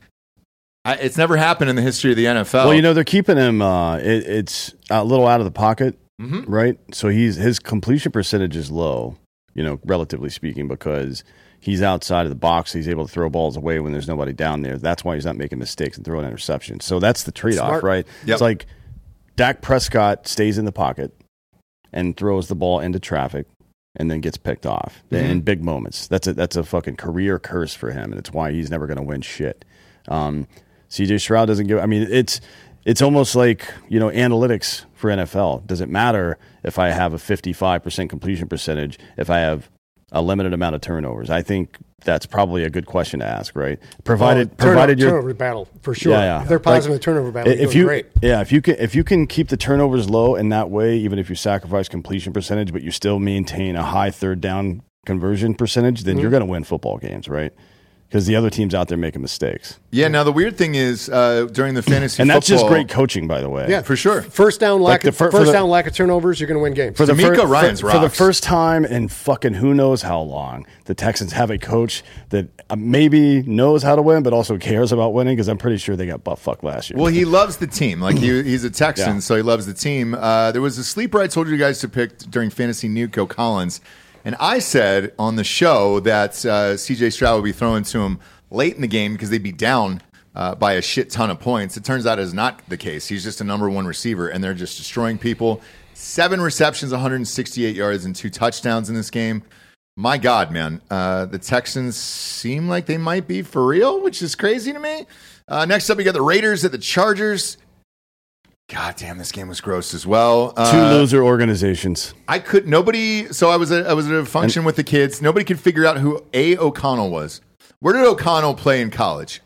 I, it's never happened in the history of the NFL.
Well, you know they're keeping him. Uh, it, it's a little out of the pocket, right? So he's his completion percentage is low, you know, relatively speaking, because he's outside of the box. He's able to throw balls away when there's nobody down there. That's why he's not making mistakes and throwing interceptions. So that's the trade-off,
Smart.
right?
Yep.
It's like Dak Prescott stays in the pocket and throws the ball into traffic. And then gets picked off in big moments. That's a that's a fucking career curse for him, and it's why he's never going to win shit. Um, CJ Stroud doesn't give. I mean, it's it's almost like you know analytics for NFL. Does it matter if I have a fifty-five percent completion percentage if I have a limited amount of turnovers? I think that's probably a good question to ask, right? Provided,
Oh, turnover,
provided your
turnover battle for sure. If they're
Like,
positive in the turnover battle.
If
you're
you,
doing great.
yeah, if you can, if you can keep the turnovers low in that way, even if you sacrifice completion percentage, but you still maintain a high third down conversion percentage, then
Mm-hmm.
you're going to win football games, right? Because the other teams out there making mistakes,
yeah, now the weird thing is uh, during the fantasy
and that's just
football-
great coaching, by the way.
Yeah,
for sure.
First down lack
Like the
of,
fir- for
first
the-
down lack of turnovers. You're going to win games.
For the,
D'Amico
fir-
Ryan's
for, for the
rocks.
first time in fucking who knows how long, the Texans have a coach that uh, maybe knows how to win, but also cares about winning. Because I'm pretty sure they got butt fucked last year.
Well, he loves the team. Like he, he's a Texan,
Yeah.
so he loves the team. Uh, there was a sleeper I told you guys to pick during fantasy Nuco Collins, and I said on the show that uh, CJ Stroud would be thrown to him late in the game because they'd be down. Uh, by a shit ton of points. It turns out is not the case. He's just a number one receiver, and they're just destroying people. Seven receptions, 168 yards, and two touchdowns in this game. My God, man. Uh, the Texans seem like they might be for real, which is crazy to me. Uh, next up, we got the Raiders at the Chargers. God damn, this game was gross as well. Uh,
Two loser organizations.
I could nobody. So I was at, I was at a function with the kids. Nobody could figure out who A O'Connell was. Where did O'Connell play in college?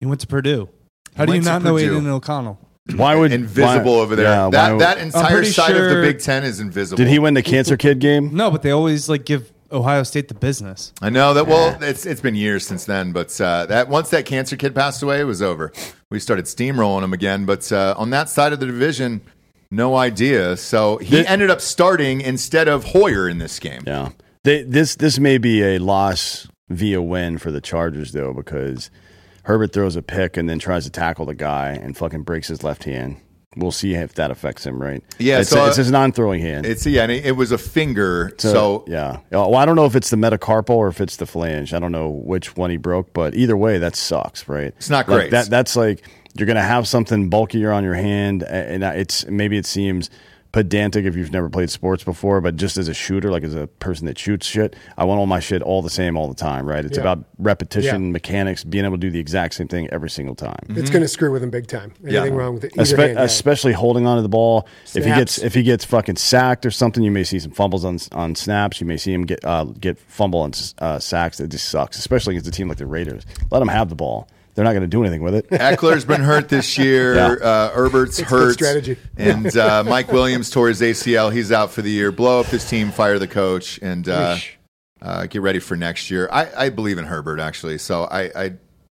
He went to Purdue. How do you
Went to
not know
Purdue.
Aiden O'Connell?
Why would
Invisible
why-
over there.
yeah, why
that
would-
that entire
pretty
side of the
sure-
Big Ten is invisible.
did he win the cancer kid game?
No, but they always like give Ohio State the business.
I know that. Well, it's it's been years since then, but uh, that once that cancer kid passed away, it was over. We started steamrolling him again, but uh, on that side of the division, no idea. So he
Thi-
ended up starting instead of Hoyer in this game.
Yeah. They, this this may be a loss via win for the Chargers though because Herbert throws a pick and then tries to tackle the guy and fucking breaks his left hand. We'll see if that affects him, right?
Yeah,
it's,
so,
it's
uh,
his non-throwing hand.
It's yeah, and it, it was a finger. So,
yeah, Uh, well, I don't know if it's the metacarpal or if it's the flange. I don't know which one he broke, but either way, that sucks, right? It's
not great.
that that's like you're gonna have something bulkier on your hand, a- and it's maybe it seems pedantic if you've never played sports before, but just as a shooter, like as a person that shoots shit, I want all my shit all the same all the time, right? It's about repetition,
Yeah.
mechanics, being able to do the exact same thing every single time.
It's going to screw with him big time. Anything wrong with it? Either
Espe-
hand, yeah.
especially holding onto the ball. If he
Snaps.
gets if he gets fucking sacked or something, you may see some fumbles on on snaps. You may see him get uh, get fumble on s- uh, sacks. It just sucks, especially against a team like the Raiders. Let them have the ball. They're not going to do anything with it.
Eckler's been hurt this year.
Yeah.
Uh, Herbert's
good
hurt.
strategy.
And uh, Mike Williams tore his ACL. He's out for the year. Blow up this team. Fire the coach. And uh, uh, get ready for next year. I, I believe in Herbert actually, so I, I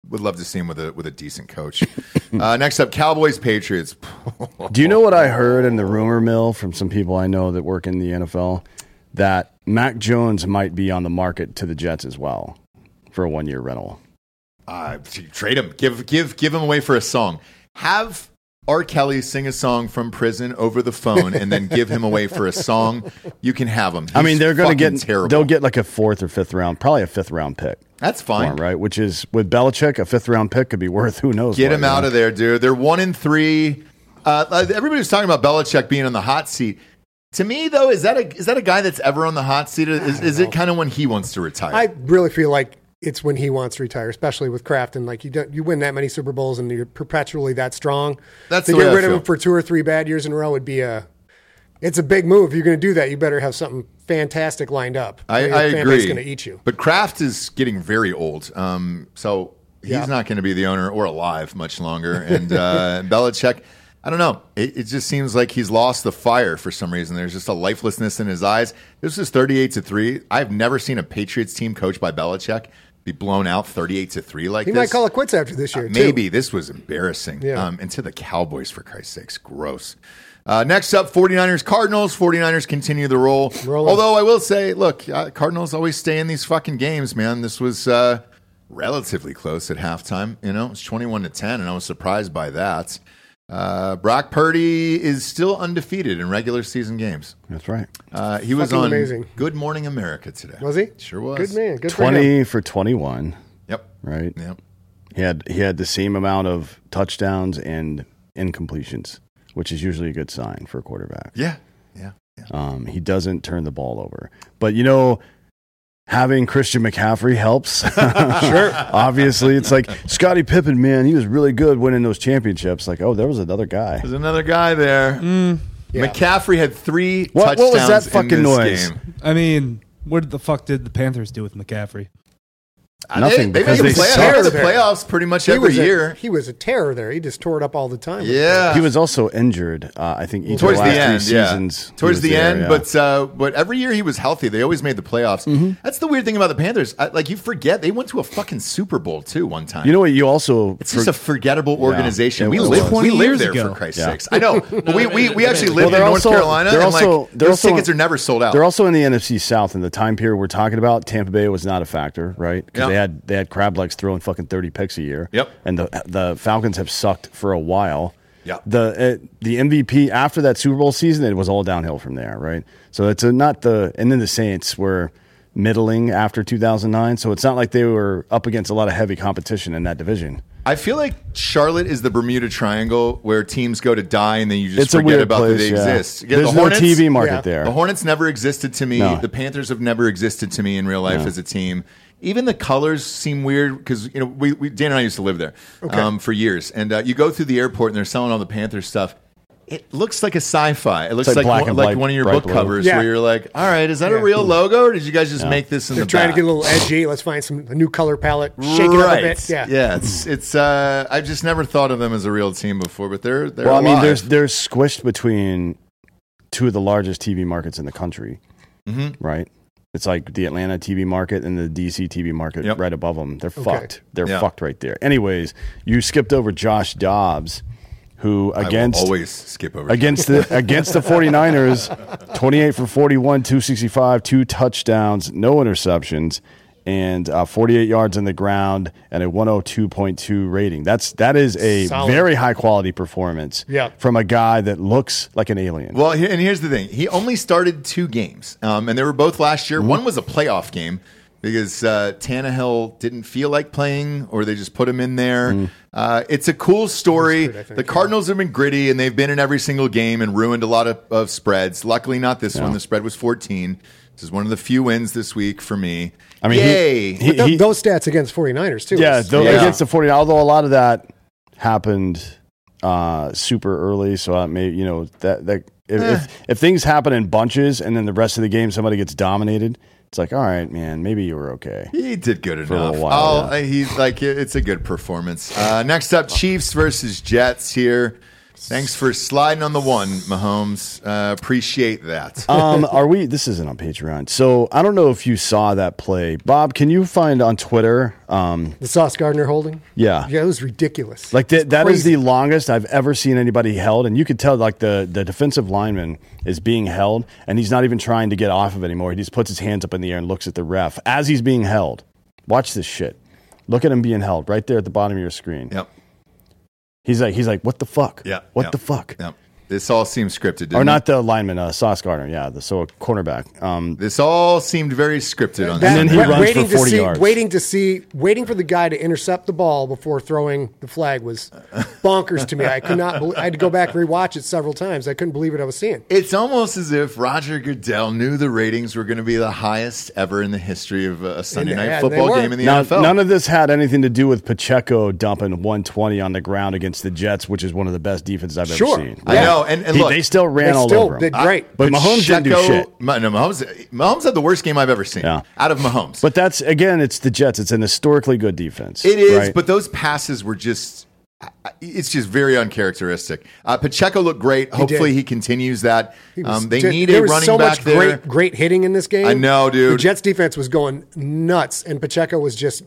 would love to see him with a with a decent coach. uh, next up, Cowboys Patriots.
do you know what I heard in the rumor mill from some people I know that work in the NFL? That Mac Jones might be on the market to the Jets as well for a one year rental.
Uh, trade him. Give give give him away for a song. Have R. Kelly sing a song from prison over the phone, and then give him away for a song. You can have him.
I mean,
He's
they're going to
fucking
get
terrible.
they'll get like a fourth or fifth round, probably a fifth round pick.
That's
for
fine.
him, right? Which is with Belichick, a fifth round pick could be worth who knows.
Get
what,
him
you
out
know?
of there, dude. They're one in three. Uh, uh, everybody was talking about Belichick being on the hot seat. To me, though, is that a is that a guy that's ever on the hot seat? Is, is it kind of when he wants to retire?
I really feel like it's when he wants to retire, especially with Kraft. And like you don't, you win that many Super Bowls and you're perpetually that strong.
That's
to
the way
get
I
rid of
feel.
him for two or three bad years in a row would be a. It's a big move. If you're going to do that, you better have something fantastic lined up.
I,
Your
I
fan
agree.
base going to eat you.
But Kraft is getting very old, um, so he's
Yeah.
not going to be the owner or alive much longer. And uh, Belichick, I don't know. It, it just seems like he's lost the fire for some reason. There's just a lifelessness in his eyes. This is 38 to three. I've never seen a Patriots team coached by Belichick be blown out 38 to three like
He
this. Uh,
might call it quits after this year. too.
Maybe this was embarrassing.
Yeah.
Um, and to the Cowboys, for Christ's sakes, gross. Uh, next up, 49ers Cardinals. 49ers continue the roll.
Rolling.
Although I will say, look, uh, Cardinals always stay in these fucking games, man. This was uh, relatively close at halftime. You know, it's 21 to 10, and I was surprised by that. Uh, Brock Purdy is still undefeated in regular season games.
That's right.
Uh, he was
Fucking
on
amazing.
Good Morning America today.
Was he?
Sure was.
Good man. Good for him.
Twenty for twenty one,
Yep.
right?
Yep.
He had he had the same amount of touchdowns and incompletions, which is usually a good sign for a quarterback.
Yeah. Yeah. Yeah.
Um, he doesn't turn the ball over. But you know, having Christian McCaffrey helps. sure. Obviously, it's like Scottie Pippen, man, he was really good winning those championships. Like, oh, there was another guy.
There's another guy there. McCaffrey had three
Mm. What-
touchdowns
what was that
in
fucking
this
noise?
game.
I mean, what the fuck did the Panthers do with McCaffrey?
Uh,
Nothing,
They, they
because
make
they
the playoffs,
suck.
the playoffs pretty much every
was A,
year.
he was a terror there. He just tore it up all the time.
yeah.
He was also injured. Uh, I think each
towards
of
the
the, last
end,
three seasons.
yeah.
he
Towards
was
the
there,
end,
yeah.
but uh, but every year he was healthy. They always made the playoffs.
Mm-hmm.
That's the weird thing about the Panthers. I, like you forget they went to a fucking Super Bowl too one time.
you know what? You also
It's just a forgettable organization.
it
we
was.
live, we
20
live
years
there
ago.
for Christ's
Yeah.
sakes. I know. But we, we, we actually
Well,
live in
they're
North
also-
Carolina,
they're
and
also-
like
they're
those
also-
tickets are never sold out.
They're also in the NFC South in the time period we're talking about. Tampa Bay was not a factor, right? 'Cause
Yeah.
they had they had crab legs throwing fucking thirty picks a year.
Yep.
And the the Falcons have sucked for a while.
Yeah.
The uh, the MVP after that Super Bowl season, it was all downhill from there, right? So it's a, not the and then the Saints were middling after 2009, so it's not like they were up against a lot of heavy competition in that division.
I feel like Charlotte is the Bermuda Triangle where teams go to die and then you just
it's a
forget
weird
about
place.
that they
yeah.
exist. You get
There's
the
no
Hornets,
TV market
Yeah.
there.
The Hornets never existed to me.
No.
The Panthers have never existed to me in real life as a team. Even the colors seem weird because you know we, we Dan and I used to live there um, for years, and uh, you go through the airport and they're selling all the Panthers stuff. It looks like a sci-fi. It looks
like
like
black
one-
and
like
white-
one of your
bright
book
blue.
covers
Yeah.
where you're like, "All right, is that a
Yeah.
real logo, or did you guys just make this in
They're
the
trying
back?
to get a little edgy. Let's find some a new color palette. Shake it up a bit. Yeah.
it's it's. Uh, I've just never thought of them as a real team before, but they're they're.
Well, I mean,
alive.
there's they're squished between two of the largest TV markets in the country,
Mm-hmm.
right? It's like the Atlanta TV market and the DC TV market
Yep.
right above them. They're fucked. They're
Yeah.
fucked right there. Anyways, you skipped over Josh Dobbs, who
I will
against
always skip over.
against the against the 49ers 28 for 41 265 two touchdowns no interceptions and uh, 48 yards on the ground and a 102.2 rating that's that is a
Solid.
very high quality performance
Yeah.
from a guy that looks like an alien
Well, here, and here's the thing: he only started two games, um, and they were both last year.
Mm-hmm.
One was a playoff game because uh, Tannehill didn't feel like playing, or they just put him in there.
Mm.
Uh, it's a cool story. the Cardinals have been gritty, and they've been in every single game and ruined a lot of, of spreads. Luckily, not this one. The spread was 14. This is one of the few wins this week for me.
I mean, he-
yay!
he-
Th- those stats against 49ers, too.
yeah,
is-
though,
Yeah.
against the 49 although a lot of that happened uh, super early so I may you know that that if, if, if things happen in bunches and then the rest of the game somebody gets dominated it's like all right man maybe you were okay
He did good
a
enough.
little while, Oh.
oh, he's like it- it's a good performance. Uh, next up, Chiefs versus Jets here. Thanks for sliding on the one, Mahomes. Uh, appreciate that.
um, are we? This isn't on Patreon, so I don't know if you saw that play, Bob. Can you find on Twitter? Um,
The Sauce Gardner holding?
Yeah.
Yeah, it was ridiculous.
like that, that is
crazy.
the longest I've ever seen anybody held, and you could tell like the the defensive lineman is being held, and he's not even trying to get off of it anymore. He just puts his hands up in the air and looks at the ref as he's being held. Watch this shit. Look at him being held right there at the bottom of your screen.
yep.
He's like, he's like, what the fuck?
Yeah.
What
yep,
the fuck?
Yep. This all seems scripted, didn't
Or
It?
not the lineman, uh, Sauce Gardner. Yeah, the so cornerback. Um,
This all seemed very scripted on
And then he
wa-
runs for
waiting to
40
see,
yards.
Waiting to see, waiting for the guy to intercept the ball before throwing the flag was bonkers to me. I could not. Believe, I had to go back and rewatch it several times. I couldn't believe what I was seeing.
It's almost as if Roger Goodell knew the ratings were going to be the highest ever in the history of a Sunday
And they-
night
yeah,
football
they were.
game in the
Now,
NFL.
none of this had anything to do with Pacheco dumping 120 on the ground against the Jets, which is one of the best defenses I've
Sure.
ever seen.
I know, and- and look,
they still
They
ran all
still
over him.
did great.
but Mahomes didn't do
Pacheco-
shit.
Ma- No, Mahomes, Mahomes had the worst game I've ever seen
Yeah.
out of Mahomes.
But that's again, it's the Jets. It's an historically good defense.
It is,
right?
but those passes were just. I- I- It's just very uncharacteristic. Uh, Pacheco looked great. Hopefully,
did.
he continues that. Um, they
Dude,
need
there
a
was
running
so
back
much
there.
Great, great hitting in this game.
I know, dude.
The Jets defense was going nuts, and Pacheco was just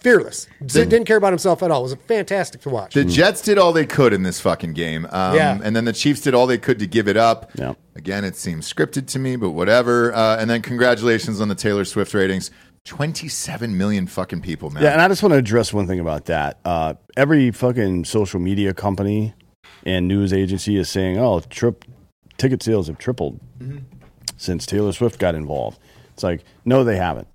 fearless. Didn't care about himself at all. It was fantastic to watch.
Hmm.
The Jets did all they could in this fucking game. Um,
Yeah.
And then the Chiefs did all they could to give it up.
Yeah.
Again, it seems scripted to me, but whatever. Uh, and then congratulations on the Taylor Swift ratings. 27 million fucking people, man.
yeah, and I just want to address one thing about that. Uh, every fucking social media company and news agency is saying, "Oh, trip ticket sales have tripled
Mm-hmm.
since Taylor Swift got involved." It's like, no, they haven't.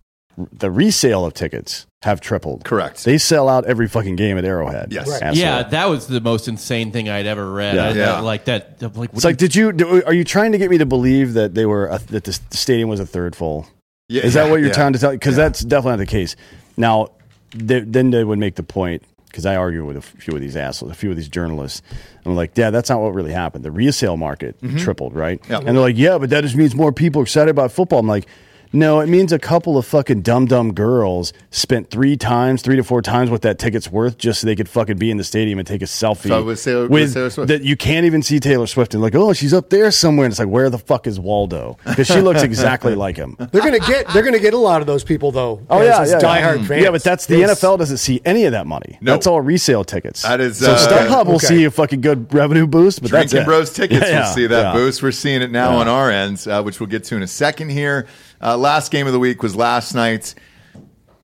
The resale of tickets have tripled.
Correct.
They sell out every fucking game at Arrowhead.
Yes. Right.
Asshole.
Yeah, that was the most insane thing I'd ever read.
Yeah.
I- that-
Yeah.
like that. I'm Like,
It's like, did you? do- Are you trying to get me to believe that they were a, that the stadium was a third full?
Yeah,
Is that
yeah,
what you're
yeah.
trying to tell? Because that's definitely not the case. Now, th then they would make the point because I argue with a few of these assholes, a few of these journalists. I'm like, yeah, that's not what really happened. The resale market
Mm-hmm.
tripled, right? And they're like, yeah, but that just means more people excited about football. I'm like. No, it means a couple of fucking dumb dumb girls spent three times, three to four times what that ticket's worth just so they could fucking be in the stadium and take a selfie
So with Taylor- with Taylor Swift.
the- that you can't even see Taylor Swift and like, oh, she's up there somewhere. And it's like, where the fuck is Waldo? Because she looks exactly like him.
They're gonna get. They're gonna get a lot of those people though.
Oh
as-
yeah,
as
yeah,
diehard
yeah.
fans.
Yeah, but that's the
Those-
NFL doesn't see any of that money.
No.
That's all resale tickets.
That is,
so
uh,
StubHub will
okay.
see a fucking good revenue boost, but that's
Drinking
it.
Bros tickets,
Yeah,
we'll see that
yeah.
boost. We're seeing it now on our ends, uh, which we'll get to in a second here. Uh, last game of the week was last night.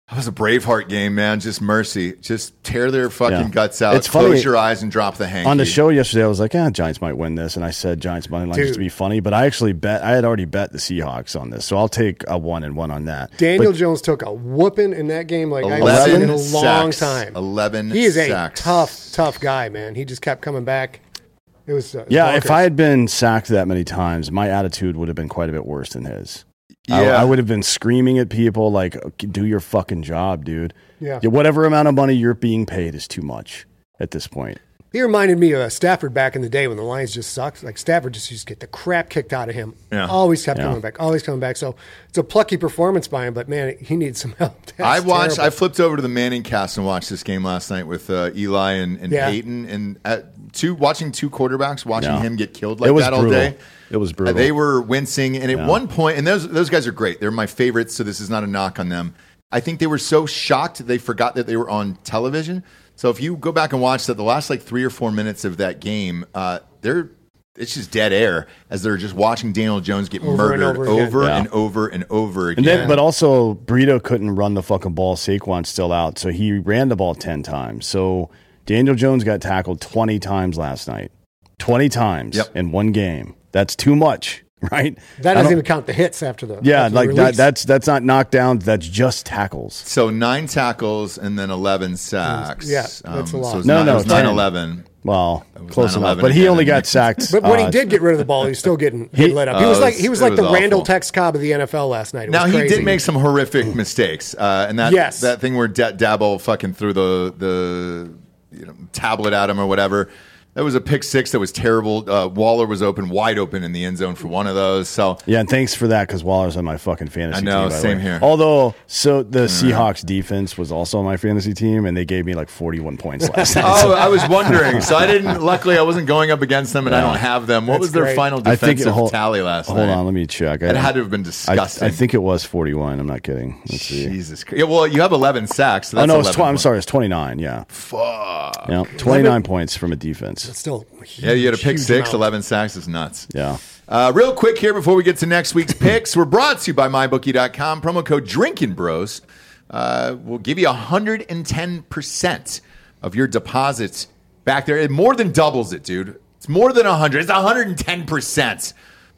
That was a Braveheart game, man. Just mercy. Just tear their fucking
Yeah.
guts out.
It's
Close
funny-
your eyes and drop the hanky.
On the show yesterday, I was like, "Ah, Giants might win this," and I said Giants money line just
Dude.
to be funny. But I actually bet I had already bet the Seahawks on this, so I'll take a one and one on that.
Daniel
But-
Jones took a whooping in that game like I haven't
11
seen in a long
sacks.
time.
11
He is a
sacks.
tough, tough guy, man. He just kept coming back. It was uh,
yeah, if
bonkers.
I had been sacked that many times, my attitude would have been quite a bit worse than his. I-
Yeah.
I, would have been screaming at people like, "Okay, "Do your fucking job, dude."
Yeah.
whatever amount of money you're being paid is too much at this point.
he reminded me of uh, Stafford back in the day when the Lions just sucked. Like Stafford just used to get the crap kicked out of him.
Yeah.
Always kept
Yeah.
coming back. Always coming back. So it's a plucky performance by him, but man, he needs some help.
I
That's
watched. I
terrible.
flipped over to the Manning cast and watched this game last night with uh, Eli and, and
Yeah.
Peyton, and uh two watching two quarterbacks, watching
Yeah.
him get killed like
It was
that all
brutal.
day.
It was
Uh,
brutal.
they were wincing, and at one point, and those those guys are great. They're my favorites, so this is not a knock on them. I think they were so shocked they forgot that they were on television. So if you go back and watch that, the last like three or four minutes of that game, uh, they're it's just dead air as they're just watching Daniel Jones get
Over and
murdered
over again.
over
Yeah.
and over and over again.
And then, but also Brito couldn't run the fucking ball. Saquon's still out, so he ran the ball ten times. So Daniel Jones got tackled twenty times last night, twenty times
Yep.
in one game. That's too much, right?
that
I don't-
doesn't even count the hits after the
Yeah,
after the
like that,
release.
that's that's not knockdowns. That's just tackles.
So nine tackles and then 11 sacks. Um,
Yeah, that's a lot.
So it's
No,
nine,
no,
it was 9
10.
11.
Well,
was
close
9/11
enough. But he
again,
only
didn't
got
he?
sacked.
But when
uh,
he did get rid of the ball, he's still getting
He-
he, lit up. He
Oh,
was
it
like
was-
he was
it
like
was
the Randall
awful.
Tex Cobb of the NFL last night. It
Now,
was
he
crazy. Mm.
did make some horrific mistakes. Uh, and that,
Yes.
that thing where D- Dabo fucking threw the, the you know, tablet at him or whatever. That was a pick six that was terrible. Uh, Waller was open, wide open in the end zone for one of those. So
Yeah, and thanks for that because Waller's on my fucking fantasy
I know,
team. by the
same
way.
here.
Although, so the Seahawks defense was also on my fantasy team, and they gave me like 41 points last night.
Oh, I was wondering. So I didn't. Luckily, I wasn't going up against them, and I don't have them. What was their
great.
final
I think
defensive
it, hold,
tally last
hold
night?
on, let me check.
It had to have been
I,
disgusting.
I think it was 41. I'm not kidding. Let's see.
Jesus. Christ. Yeah, well, you have 11 sacks. So
oh
that's
no, it's
11
tw- I'm sorry, it's 29. Yeah,
Fuck.
yeah, 29 points from a defense.
Still,
Yeah, you had a pick
huge
six,
amount.
11 sacks is nuts.
Yeah.
Uh, real quick here before we get to next week's picks, we're brought to you by MyBookie.com. Promo code Drinking Bros uh, will give you 110% of your deposits back there. It more than doubles it, dude. It's more than 100. It's 110%.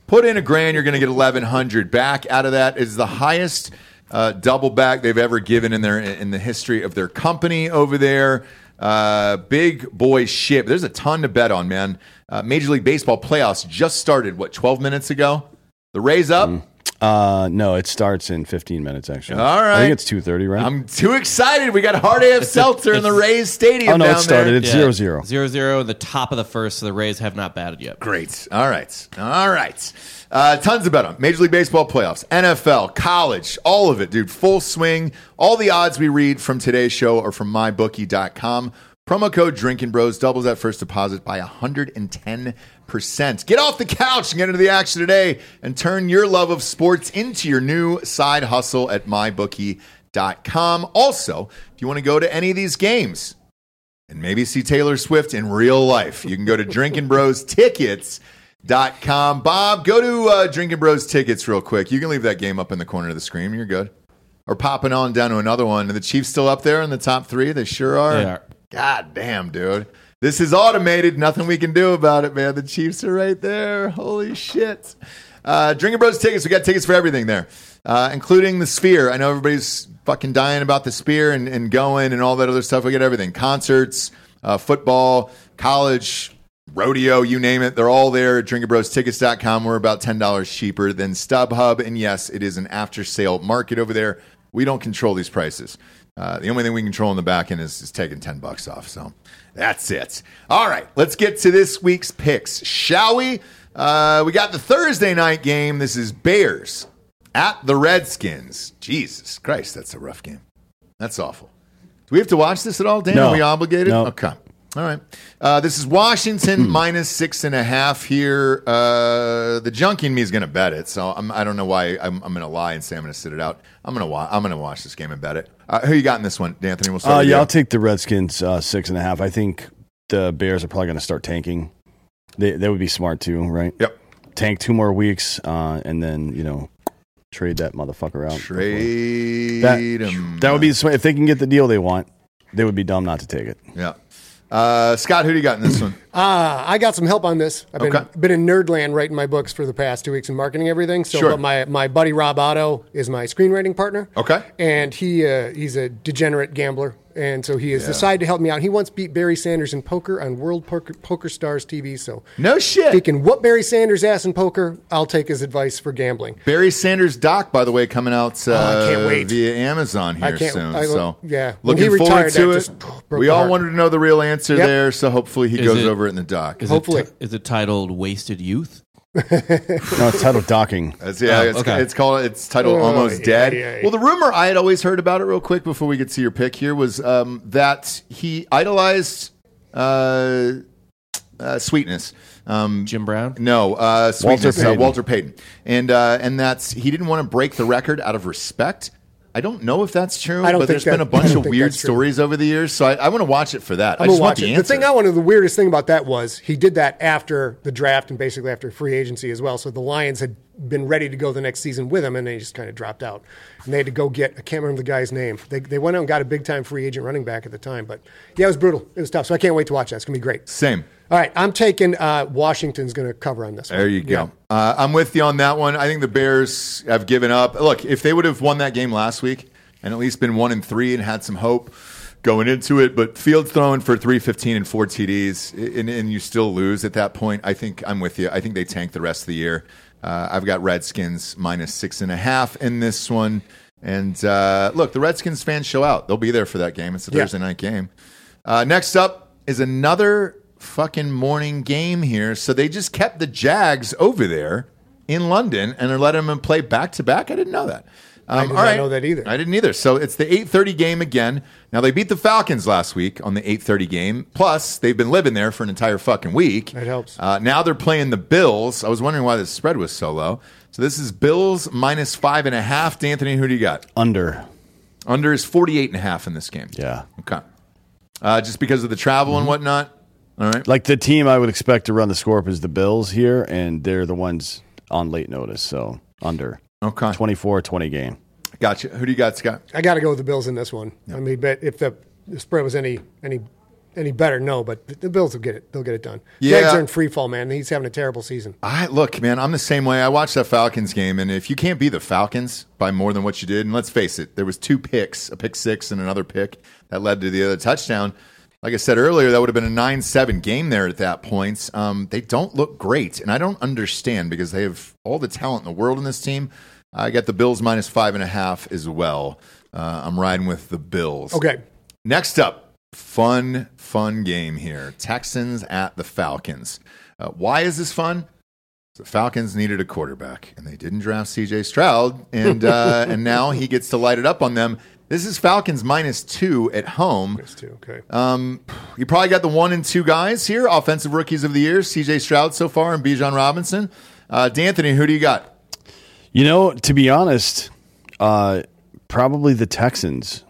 Put in a grand, you're going to get 1100 back out of that. Is the highest uh, double back they've ever given in their in the history of their company over there. Uh, big boy ship. There's a ton to bet on, man. Uh, Major League Baseball playoffs just started. What 12 minutes ago? The Rays up.
Uh, no, it starts in 15 minutes actually.
All
I
right.
think it's 2:30, right?
I'm too excited. We got Hard AF Seltzer in the Rays Stadium.
oh no,
down
it started.
There.
It's 0-0.
Zero zero. The top of the first. So the Rays have not batted yet.
Great. All right. All right. Uh, tons of bet on Major League Baseball playoffs, NFL, college, all of it, dude. Full swing. All the odds we read from today's show are from mybookie.com. Promo code Drinking Bros doubles that first deposit by 110%. Get off the couch and get into the action today and turn your love of sports into your new side hustle at mybookie.com. Also, if you want to go to any of these games, and maybe see Taylor Swift in real life. You can go to drinkingbrostickets.com. Bob, go to uh, Drinking Bros Tickets real quick. You can leave that game up in the corner of the screen. You're good. Or popping on down to another one. Are the Chiefs still up there in the top three? They sure are.
They are.
God damn, dude. This is automated. Nothing we can do about it, man. The Chiefs are right there. Holy shit. Uh, Drinking Bros tickets. We got tickets for everything there, uh, including the Sphere. I know everybody's fucking dying about the Sphere and, and going and all that other stuff. We got everything concerts, uh, football, college, rodeo, you name it. They're all there at drinkingbrostickets.com. We're about $10 cheaper than StubHub. And yes, it is an after sale market over there. We don't control these prices. Uh, the only thing we control in the back end is, is taking 10 bucks off. So that's it. All right, let's get to this week's picks, shall we? Uh, we got the Thursday night game. This is Bears at the Redskins. Jesus Christ, that's a rough game. That's awful. Do we have to watch this at all, Dan?
No.
Are we obligated?
No.
Okay. All right. Uh, this is
Hmm.
Washington minus six and a half here. Uh, the junk in me is going to bet it, so I'm, I don't know why I'm, I'm going to lie and say I'm going to sit it out. I'm going to wa- I'm going to watch this game and bet it. Uh, who you got in this one, Anthony? We'll start.
Uh,
with
yeah,
you.
I'll take the Redskins uh, six and a half. I think the Bears are probably going to start tanking. They that would be smart too, right?
Yep.
Tank two more weeks, uh, and then you know trade that motherfucker out.
Trade
That,
'em.
that would be the smart. if they can get the deal they want. They would be dumb not to take it.
yeah. Uh, Scott, who do you got in this one?
Ah, I got some help on this. I've been,
Okay.
been in Nerdland writing my books for the past two weeks and marketing everything. So,
Sure.
but my my buddy Rob Otto is my screenwriting partner.
Okay.
and he uh, he's a degenerate gambler, and so he has decided to help me out. He once beat Barry Sanders in poker on World Poker, poker Stars TV. So,
No shit.
if he can whoop Barry Sanders' ass in poker, I'll take his advice for gambling.
Barry Sanders doc, by the way, coming out uh,
Oh, I can't wait.
via Amazon here
I can't-
soon.
I-
so
yeah. When
looking
he
forward
retired,
to
that
it.
just broke
We
my
all
heart.
wanted to know the real answer
Yep.
there, so hopefully he
Is
goes
it-
over it in the doc.
Is
Hopefully.
it, ti- is it titled "Wasted Youth"?
No, it's titled docking.
That's, yeah,
Oh,
it's,
okay.
it's called. It's titled
Oh,
"Almost
yeah,
Dead."
yeah.
Well, the rumor I had always heard about it, real quick, before we get to your pick here, was um, that he idolized uh, uh, Sweetness. Um,
Jim Brown.
No, uh, Walter Payton.
Payton.
Walter Payton, and uh, and that's he didn't want to break the record out of respect. I don't know if that's true,
I don't
but
think
there's
that-
been a
I
bunch
don't
of
think
weird
that's true.
stories over the years, so I, I want to watch it for that. i
I'm
just
gonna
want
watch
the
it.
answer.
The thing I wanted, the weirdest thing about that was he did that after the draft and basically after free agency as well. So the Lions had been ready to go the next season with him, and they just kind of dropped out. And they had to go get I can't remember the guy's name. They they went out and got a big time free agent running back at the time, but yeah, it was brutal. It was tough. So I can't wait to watch that. It's gonna be great.
Same.
All right, I'm taking uh, Washington's gonna cover on this. one.
There you go. Uh, I'm with you on that one. I think the Bears have given up. Look, if they would have won that game last week and at least been one and three and had some hope going into it, but Fields throwing for 315 and four TDs, and, and you still lose at that point, I think I'm with you. I think they tank the rest of the year. Uh, I've got Redskins minus six and a half in this one. And uh, look, the Redskins fans show out. They'll be there for that game. It's a
Yeah.
Thursday night game. Uh, next up is another fucking morning game here. So they just kept the Jags over there in London and are letting them play back to back. I didn't know that. Um,
did not know that either.
I didn't either. So it's the 8:30 game again. Now they beat the Falcons last week on the 8:30 game. Plus they've been living there for an entire fucking week.
That helps.
Uh, now they're playing the Bills. I was wondering why this spread was so low. So this is Bills minus five and a half. D'Anthony, who do you got?
Under.
Under is 48 and a half in this game.
Yeah.
Okay. Uh, just because of the travel and whatnot. All right.
Like the team I would expect to run the score up is the Bills here, and they're the ones on late notice. So under
Okay.
24 20 game.
Gotcha. Who do you got, Scott?
I got to go with the Bills in this one. I mean, but if the, the spread was any any any better, no. But the, the Bills will get it. They'll get it done.
Yeah.
Jags are in free fall, man. He's having a terrible season.
I look, man, I'm the same way. I watched that Falcons game, and if you can't be the Falcons by more than what you did, and let's face it, there was two picks, a pick six and another pick that led to the other touchdown. Like I said earlier, that would have been a nine-seven game there at that point. Um, they don't look great, and I don't understand because they have all the talent in the world in this team. I got the Bills minus five and a half as well. Uh, I'm riding with the Bills.
Okay,
Next up, fun, fun game here. Texans at the Falcons. Uh, why is this fun? The Falcons needed a quarterback, and they didn't draft C.J. Stroud, and uh, and now he gets to light it up on them. This is Falcons minus two at home.
it's two. Okay,
Um, you probably got the one and two guys here, offensive rookies of the year, C.J. Stroud so far, and Bijan Robinson. Uh, D'Anthony, who do you got?
You know, to be honest, uh, probably the Texans.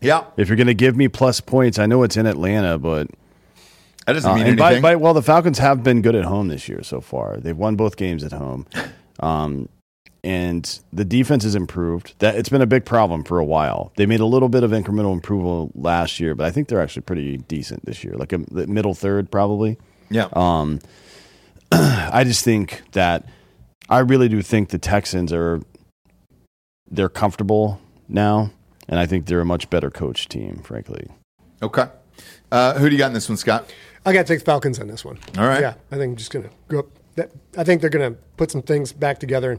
Yeah,
If you're going to give me plus points, I know it's in Atlanta, but
that doesn't
Uh,
mean
and
anything.
by, by, well, the Falcons have been good at home this year so far. They've won both games at home, um, and the defense has improved. That it's been a big problem for a while. They made a little bit of incremental improvement last year, but I think they're actually pretty decent this year, like a the middle third probably.
yeah,
Um, I just think that I really do think the Texans are they're comfortable now, and I think they're a much better coach team, frankly.
okay. Uh, who do you got in this one, Scott?
I got to take Falcons on this one.
All right.
Yeah, I think I'm just gonna go up. That, I think they're gonna put some things back together.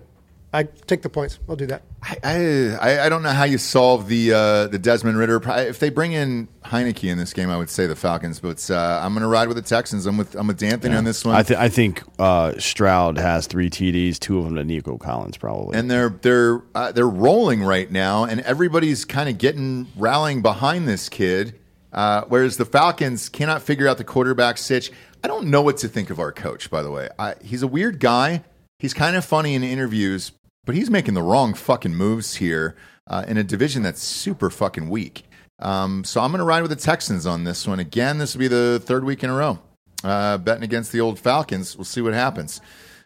I take the points. I'll do that.
I- I, I I don't know how you solve the uh, the Desmond Ritter. Pro- If they bring in Heineke in this game, I would say the Falcons. But uh, I'm going to ride with the Texans. I'm with I'm with D'Anthony on this one.
I, th- I think uh, Stroud has three TDs, two of them to Nico Collins, probably.
and they're they're uh, they're rolling right now, and everybody's kind of getting rallying behind this kid. Uh, whereas the Falcons cannot figure out the quarterback sitch. I don't know what to think of our coach. By the way, I, he's a weird guy. He's kind of funny in interviews, but he's making the wrong fucking moves here uh, in a division that's super fucking weak. Um, so I'm going to ride with the Texans on this one again. This will be the third week in a row uh, betting against the old Falcons. We'll see what happens.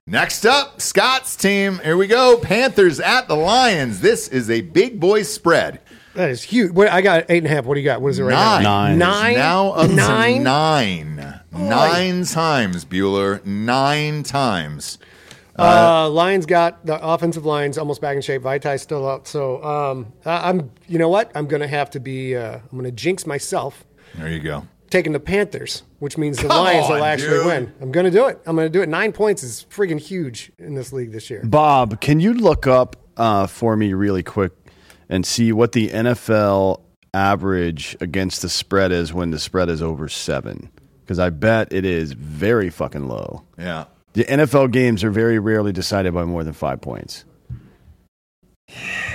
Next up, Scott's team. Here we go. Panthers at the Lions. This is a big boy spread.
That is huge. What, I got eight and a half. What do you got? What is it right now?
Nine.
Nine.
Nine.
Now up to
Nine?
nine. Nine times, Bueller. Nine times.
Uh, Lions got the offensive lines almost back in shape. Vitae's still up, so um, I, I'm. You know what? I'm going to have to be. Uh, I'm going to jinx myself
There you go.
taking the Panthers, which means the
Come
Lions
on,
will actually
dude.
win. I'm going to do it. I'm going to do it. Nine points is freaking huge in this league this year.
Bob, can you look up uh, for me really quick and see what the NFL average against the spread is when the spread is over seven? Because I bet it is very fucking low.
Yeah.
The NFL games are very rarely decided by more than five points.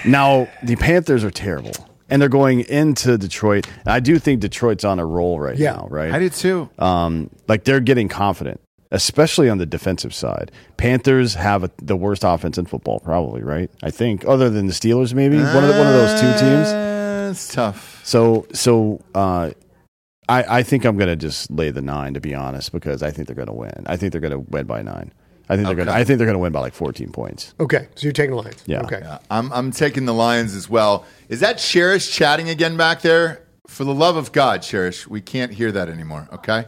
Now, the Panthers are terrible, and they're going into Detroit. I do think Detroit's on a roll right
Yeah.
now, right?
I did too.
um, like they're getting confident, especially on the defensive side. Panthers have a, the worst offense in football, probably right. I think, other than the Steelers, maybe one of the, one of those two teams.
Uh, It's tough.
So, so uh, I, I think I'm gonna just lay the nine to be honest, because I think they're gonna win. I think they're gonna win by nine. I think they're gonna.
Okay.
I think they're gonna win by like 14 points.
Okay, so you're taking the Lions.
Yeah.
Okay.
Yeah, I'm, I'm taking the Lions as well. Is that Cherish chatting again back there? For the love of God, Cherish, we can't hear that anymore, okay?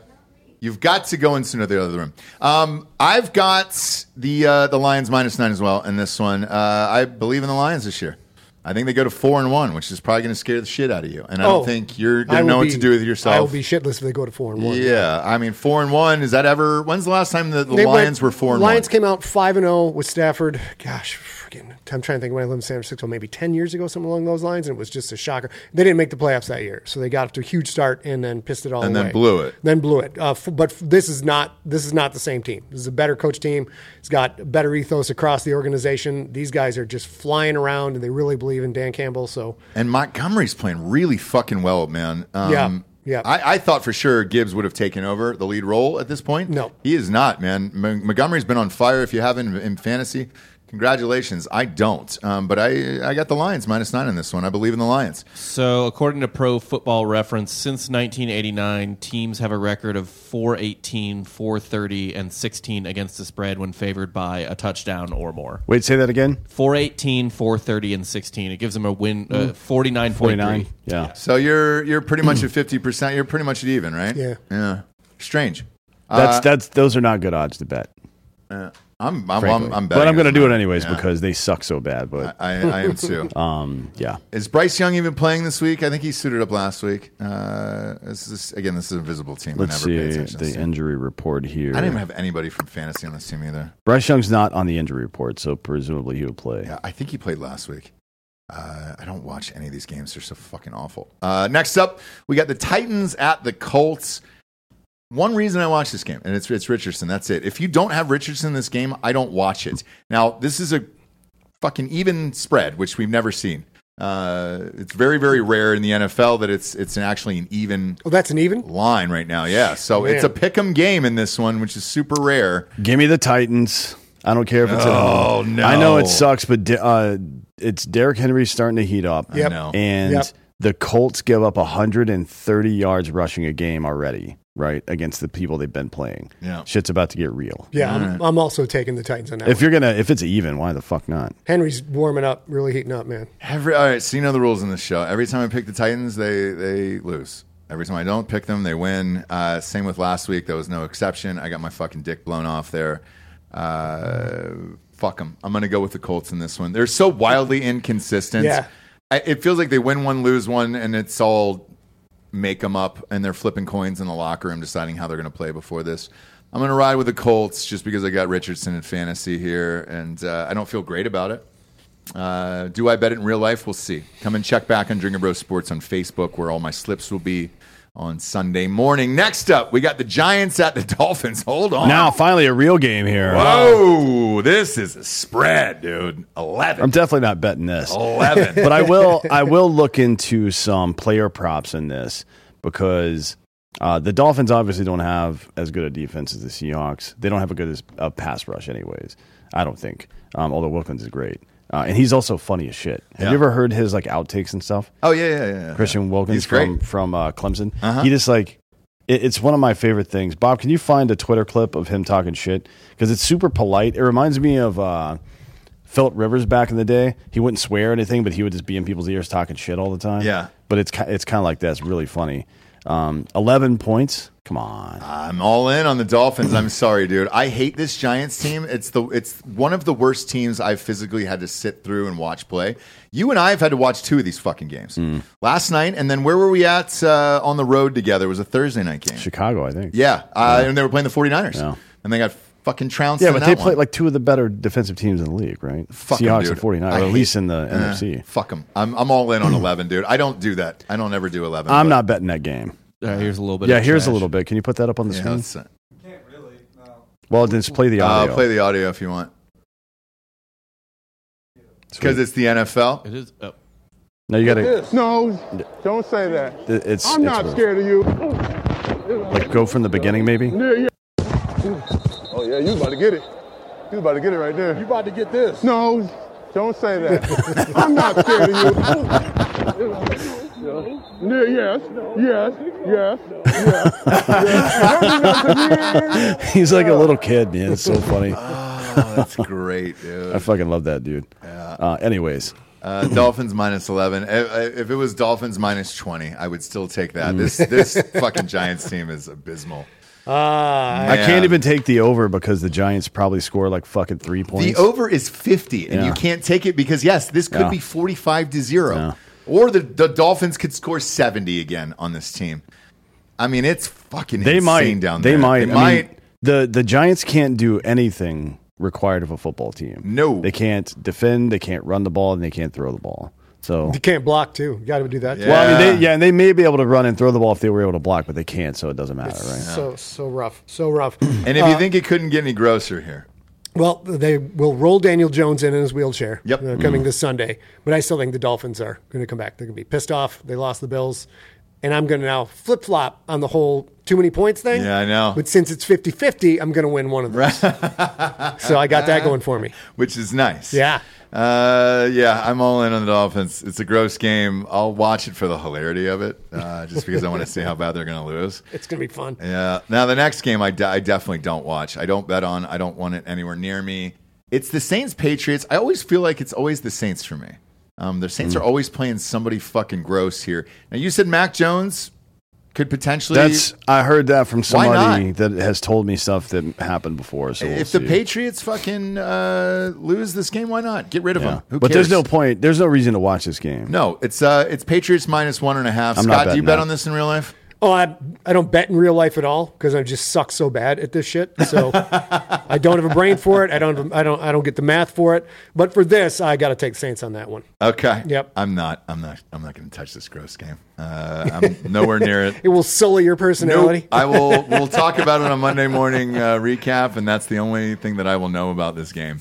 You've got to go into the other room. Um, I've got the uh, the Lions minus nine as well in this one. Uh, I believe in the Lions this year. I think they go to four and one, which is probably going to scare the shit out of you. And I
Oh,
don't think you're going
I
to
will
know
be-
what to do with yourself.
I will be shitless if they go to four and one.
yeah, I mean four and one. Is that ever? When's the last time the, the
They
Lions
went-
were four and
Lions
one?
came out five and zero with oh Stafford. Gosh, freaking fucking, I'm trying to think when I lived in San Francisco, maybe 10 years ago, something along those lines. And it was just a shocker. They didn't make the playoffs that year. So they got up to a huge start and then pissed it all
And then
away.
blew it.
Then blew it. Uh, f- but f- this is not, this is not the same team. This is a better coach team. It's got better ethos across the organization. These guys are just flying around and they really believe in Dan Campbell. So
And Montgomery's playing really fucking well, man. Um,
Yeah, yeah.
I, I thought for sure Gibbs would have taken over the lead role at this point.
No.
he is not, man. M- Montgomery's been on fire. If you haven't in fantasy, congratulations. I don't, um, but I I got the Lions minus nine on this one. I believe in the Lions.
So, according to Pro Football Reference, since 1989, teams have a record of 418, 430, and 16 against the spread when favored by a touchdown or more.
Wait, say that again.
418, 430, and 16. It gives them a win, uh,
Mm.
49.3.
49. Yeah.
So you're you're pretty much at fifty percent. You're pretty much at even, right?
Yeah.
Yeah. Strange. Uh,
That's that's those are not good odds to bet.
I'm I'm
frankly.
I'm, I'm
but I'm going to do it
anyway.
anyways because they suck so bad. But
I, I am too.
um, yeah,
Is Bryce Young even playing this week? I think he suited up last week. Uh, this is, again, this is an invisible team.
let's
I never
see
pay attention. to
the
this team.
injury report here.
I didn't even have anybody from fantasy on this team either.
Bryce Young's not on the injury report, so presumably he would play.
Yeah, I think he played last week. Uh, I don't watch any of these games. They're so fucking awful. Uh, next up, we got the Titans at the Colts. One reason I watch this game, and it's, it's Richardson. That's it. If you don't have Richardson in this game, I don't watch it. Now, this is a fucking even spread, which we've never seen. Uh, it's very, very rare in the NFL that it's, it's an- actually an even
oh, that's an even.
line right now. Yeah. So it's a pick 'em game in this one, which is super rare.
Give me the Titans. I don't care if it's at
Oh,
home.
no.
I know it sucks, but De- uh, it's Derrick Henry starting to heat up.
Yep.
know.
And
Yep.
the Colts give up 130 yards rushing a game already, right? Against the people they've been playing.
Yeah.
Shit's about to get real.
Yeah, I'm, I'm also taking the Titans on that.
If
one.
you're gonna if it's even, why the fuck not?
Henry's warming up, really heating up, man.
Every all right, so you know the rules in this show. Every time I pick the Titans, they they lose. Every time I don't pick them, they win. Uh, same with last week. There was no exception. I got my fucking dick blown off there. Uh, fuck them. I'm gonna go with the Colts in this one. They're so wildly inconsistent.
Yeah.
I, it feels like they win one, lose one, and it's all make them up, and they're flipping coins in the locker room, deciding how they're gonna play before this. I'm gonna ride with the Colts just because I got Richardson in fantasy here, and uh, I don't feel great about it. Uh, do I bet it in real life? We'll see. Come and check back on Drinker Bro Sports on Facebook, where all my slips will be on Sunday morning. Next up, we got the Giants at the Dolphins. Hold on.
Now finally a real game here.
Whoa, this is a spread, dude. 11.
I'm definitely not betting this.
11.
but I will I will look into some player props in this because uh, the Dolphins obviously don't have as good a defense as the Seahawks. They don't have a good as a pass rush, anyways. I don't think. Um, although Wilkins is great, uh, and he's also funny as shit. Have
Yeah.
you ever heard his like outtakes and stuff?
oh, yeah, yeah, yeah. yeah.
Christian Wilkins
He's great. Uh-huh.
from from uh, Clemson. He just like it, it's one of my favorite things. Bob, can you find a Twitter clip of him talking shit because it's super polite. It reminds me of uh, Philip Rivers back in the day. He wouldn't swear or anything, but he would just be in people's ears talking shit all the time.
Yeah.
but it's ki- it's kind of like that. It's really funny. Um, Eleven points. Come on.
I'm all in on the Dolphins. I'm sorry, dude. I hate this Giants team. It's the it's one of the worst teams I've physically had to sit through and watch play. You and I have had to watch two of these fucking games
Mm.
last night, and then where were we at uh, on the road together? It was a Thursday night game.
Chicago, I think.
Yeah, uh, and they were playing the 49ers,
Yeah.
and they got fucking trounced.
Yeah,
in
but
that
they played
one.
like two of the better defensive teams in the league, right?
Fuck 'em,
Seahawks
dude.
and 49,
I
or at
hate-
least in the
Eh,
NFC.
Fuck them. I'm I'm all in on 11, dude. I don't do that. I don't ever do 11.
I'm
but-
not betting that game.
All right, Uh, here's a little bit.
Yeah,
of
here's a
trash.
little bit. Can you put that up on the
Yeah,
screen?
that's- uh,
Can't really. No.
Well, then just play the audio.
play the audio if you want, because it's the NFL.
It is. Oh.
no, you gotta.
No, don't say that.
It's. it's
I'm not
worth-
scared of you.
Like go from the beginning, maybe.
Yeah, yeah. Oh yeah, you was about to get it. You was about to get it right there. You about to get this. No, don't say that. I'm not scared of you. Yeah, yes, yes, yes, yes. yes.
He's like a little kid, man. It's so funny.
Oh, that's great, dude.
I fucking love that dude. Uh, anyways,
Uh, Dolphins minus eleven. I- I- If it was Dolphins minus twenty, I would still take
Mm.
that. This this fucking Giants team is abysmal.
Ah,
I
Man.
can't even take the over because the Giants probably score like fucking three
The
points.
over is fifty, and you
Yeah.
can't take it because yes, this could
Yeah.
be forty-five to zero,
Yeah.
or the the Dolphins could score seventy again on this team. I mean, it's fucking
they
insane
might.
down
they
there.
might.
They
I mean, the the Giants can't do anything required of a football team.
No.
They can't defend, they can't run the ball, and they can't throw the ball. So
You can't block too. You got to do that.
Yeah.
too.
well, I mean, they, yeah, and they may be able to run and throw the ball if they were able to block, but they can't, so it doesn't matter, right?
So so rough. So rough. Uh,
And if
uh,
you think it couldn't get any grosser here,
Well, they will roll Daniel Jones in in his wheelchair.
Yep. Mm.
uh, coming this Sunday. But I still think the Dolphins are going to come back. They're going to be pissed off. They lost the Bills. And I'm going to now flip flop on the whole too many points thing.
Yeah, I know.
But since it's 50 50, I'm going to win one of those. so I got that going for me.
which is nice.
Yeah.
Uh, yeah, I'm all in on the Dolphins. It's a gross game. I'll watch it for the hilarity of it, uh, just because I want to see how bad they're going to lose.
It's going to be fun.
Yeah. Now the next game, I, de- I definitely don't watch. I don't bet on. I don't want it anywhere near me. It's the Saints Patriots. I always feel like it's always the Saints for me. Um, the Saints are
Mm.
always playing somebody fucking gross here. Now you said Mac Jones could potentially.
That's I heard that from
Why
somebody
not?
that has told me stuff that happened before. So we'll
if the
see.
Patriots fucking uh, lose this game, why not get rid of
yeah.
them? Who
but there's no
cares?
point. There's no reason to watch this game.
No, it's uh, it's Patriots minus one and a half.
I'm not
Scott, do you
betting
bet
that.
on this in real life?
Oh, I, I don't bet in real life at all because I just suck so bad at this shit. So I don't have a brain for it. I don't, have, a- I don't, I don't get the math for it. But for this, I got to take Saints on that one.
Okay.
Yep.
I'm not. I'm not. I'm not going to touch this gross game. Uh, I'm nowhere near it.
It will sully your personality.
Nope. I will. We'll talk about it on Monday morning uh, recap, and that's the only thing that I will know about this game.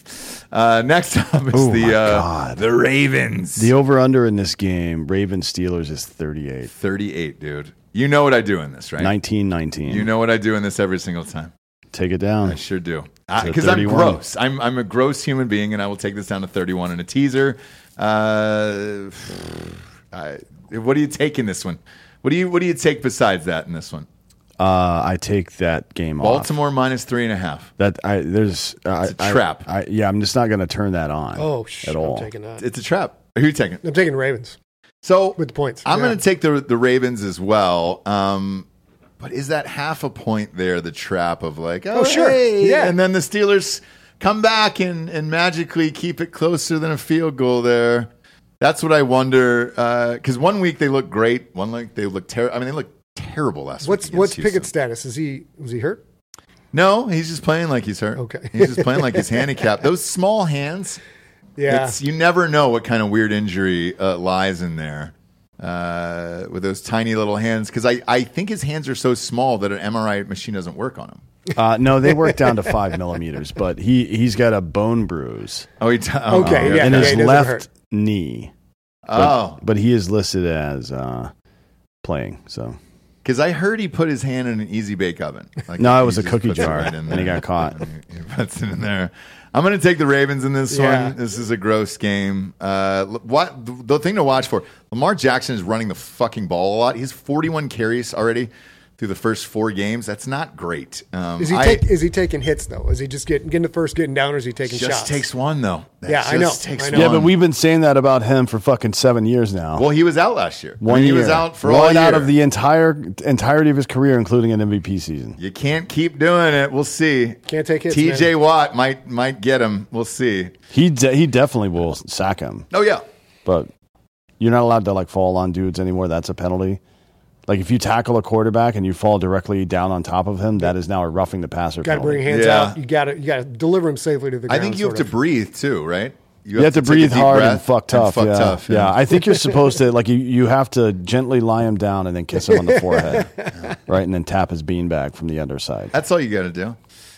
Uh, next up is
Oh my
the uh,
God.
the Ravens.
The over under in this game, Ravens Steelers is 38,
Thirty-eight, dude. You know what I do in this, right?
19 19.
You know what I do in this every single time.
Take it
I
down.
sure do.
So
Because I'm
31.
gross. I'm I'm a gross human being, and I will take this down to thirty-one in a teaser. Uh, I, what do you take in this one? What do you What do you take besides that in this one?
Uh, I take that game off.
Baltimore minus three and a half.
That I there's uh,
It's a
I-
trap.
I, yeah, I'm just not going to turn that on.
Oh, shit.
at all.
I'm taking that.
It's a trap. Who you taking?
I'm taking Ravens
So
with the points.
I'm
Yeah.
going to take the the Ravens as well. Um, but is that half a point there? The trap of like, oh,
sure.
hey,"
Yeah.
and then the Steelers come back and and magically keep it closer than a field goal there. That's what I wonder. Because one week they look great, one week they look terrible. I mean, they look terrible last
What's
week. against
what's
Houston.
Pickett's status? Is he was he hurt?
No, he's just playing like he's hurt.
Okay.
he's just playing like he's handicapped. Those small hands.
Yeah.
It's, you never know what kind of weird injury uh, lies in there uh, with those tiny little hands. Because I, I think his hands are so small that an MRI machine doesn't work on him.
Uh, no, they work down to five millimeters, but he he's got a bone bruise
Oh, he t- oh,
Okay, yeah.
Uh, in
yeah,
his
it doesn't
left
hurt.
knee.
Oh,
but he is listed as uh, playing. So
because I heard he put his hand in an easy bake oven. Like,
No, it
he
was a
just
cookie
puts it
jar,
in
and he
there.
got caught.
He puts it in there. I'm going to take the Ravens in this
Yeah.
one. This is a gross game. Uh, l- what the, the thing to watch for? Lamar Jackson is running the fucking ball a lot. He's 41 carries already through the first four games. That's not great. Um,
Is he
I-
take, is he taking hits though? Is he just getting getting the first, getting down, or is he taking
just
shots?
takes one though. That
Yeah, I
just
know.
Takes
I know.
One.
yeah, but we've been saying that about him for fucking seven years now.
Well, he was out last year. I
One
mean,
year
He was out for
One
all year.
out of the entire entirety of his career, including an MVP season.
You can't keep doing it. We'll see.
Can't take hits,
TJ Watt might might get him. We'll see.
He de- he definitely will sack him,
Oh yeah.
but you're not allowed to like fall on dudes anymore. That's a penalty. Like if you tackle a quarterback and you fall directly down on top of him, that is now a roughing the passer.
Got to
penalty.
bring hands
Yeah.
out. You got to you got to deliver him safely to the
I
ground.
think you have
sort
to
of.
breathe too, right?
You have to
take a
breathe
deep
hard and
breath
fuck tough.
fuck
yeah.
tough,
yeah, I think you're supposed to like you, you have to gently lie him down and then kiss him on the forehead, right, and then tap his beanbag from the underside.
That's all you got to do.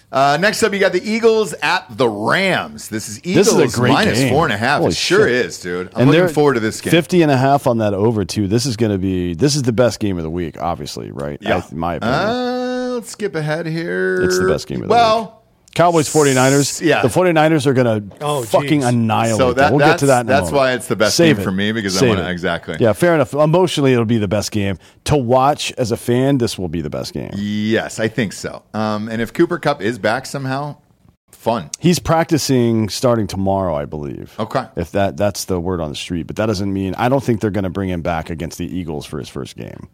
Uh, next up, you got the Eagles at the Rams. This is Eagles
This is a great
minus
game.
four and a half.
Holy
it sure
shit.
is, dude. I'm looking
they're
forward to this game.
50 and a half on that over too. This is going to be this is the best game of the week, obviously, right?
Yeah.
I- in my opinion.
uh, let's skip ahead here.
It's the best game of the
well,
week. Cowboys 49ers.
yeah.
The 49ers are going to
Oh,
fucking
jeez.
annihilate.
So
them.
that-
we'll get
that's-
to that. in a
that's
moment.
why it's the best
Save
game
it.
for me, because I
Save
wanna-
it.
exactly.
Yeah, fair enough. Emotionally, it'll be the best game to watch as a fan. This will be the best game.
Yes, I think so. Um, and if Cooper Cup is back somehow, fun.
He's practicing starting tomorrow, I believe.
Okay.
If that that's the word on the street, but that doesn't mean I don't think they're going to bring him back against the Eagles for his first game.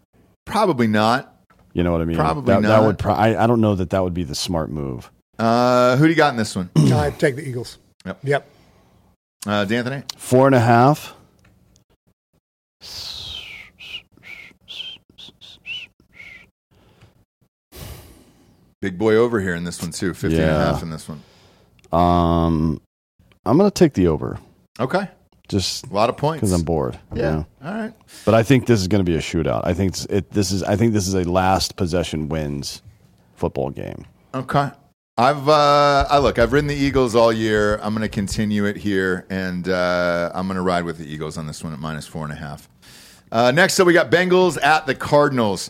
Probably not.
You know what I mean?
Probably
that,
not.
That would. Pro- I, I don't know that that would be the smart move.
Uh, who do you got in this one?
No, I take the Eagles.
Yep.
Yep.
Uh, D'Anthony?
Four and a half.
Big boy over here in this one, too. 50 and a
Yeah.
half in this one.
Um, I'm going to take the over
Okay.
just
A lot of points.
because I'm bored. you
Yeah.
know?
All right.
But I think this is going to be a shootout. I think it's, it, this is I think this is a last possession wins football game.
Okay. I've uh, I look. I've ridden the Eagles all year. I'm going to continue it here, and uh, I'm going to ride with the Eagles on this one at minus four and a half. Uh, next up, we got Bengals at the Cardinals.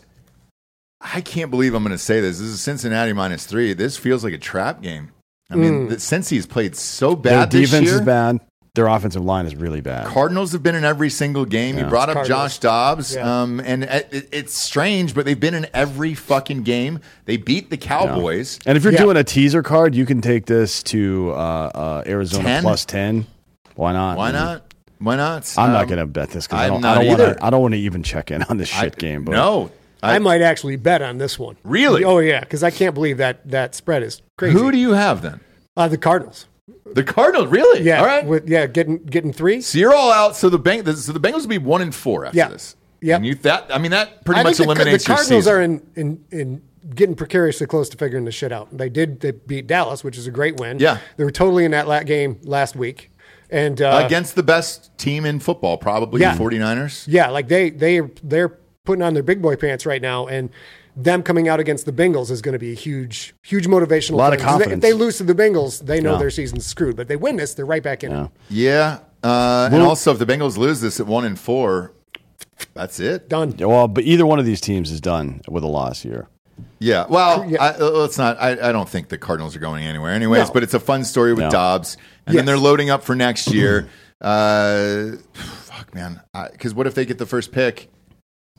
I can't believe I'm going to say this. This is Cincinnati minus three. This feels like a trap game. I mean, the, since he's played so bad
Their
this
defense
year,
is bad. Their offensive line is really bad.
Cardinals have been in every single game. You
Yeah.
brought up
Cardinals.
Josh Dobbs,
Yeah.
um, and it, it- it's strange, but they've been in every fucking game. They beat the Cowboys.
and if you're
Yeah.
doing a teaser card, you can take this to uh, uh, Arizona
10?
plus ten. Why not?
Why
man?
not? Why not?
I'm not
Um,
going to bet this because
I'm
I don't,
not
I don't want
either.
to. I don't want to even check in on this shit
I-
game. But
No.
I, might actually bet on this one.
Really?
Oh yeah, because I can't believe that that spread is crazy.
Who do you have then?
uh, the Cardinals?
The Cardinals, really?
Yeah.
All right.
With, yeah, getting getting three.
so you're all out. So the bank. So the Bengals will be one and four after
Yeah.
this.
Yeah.
And you that I mean that pretty
I
much
think the, the
eliminates your
Cardinals
season.
are in, in in getting precariously close to figuring this shit out. They did they beat Dallas, which is a great win.
Yeah.
they were totally in that la- game last week, and uh,
against the best team in football, probably
Yeah.
the 49ers.
Yeah, like they they they're putting on their big boy pants right now, and them coming out against the Bengals is going to be a huge, huge motivational.
Lot of
thing. 'Cause they- If
confidence.
they lose to the Bengals, they know
Yeah.
their season's screwed. But they win this, they're right back in. it.
Yeah. Uh, and also, if the Bengals lose this at one and four, that's it.
Done.
Yeah, Well, but either one of these teams is done with a loss here.
Yeah. Well,
Yeah.
I, uh, let's not. I, I don't think the Cardinals are going anywhere, anyways.
No.
But it's a fun story with
No.
Dobbs, and then
Yes.
they're loading up for next year. uh, fuck, man. Because what if they get the first pick?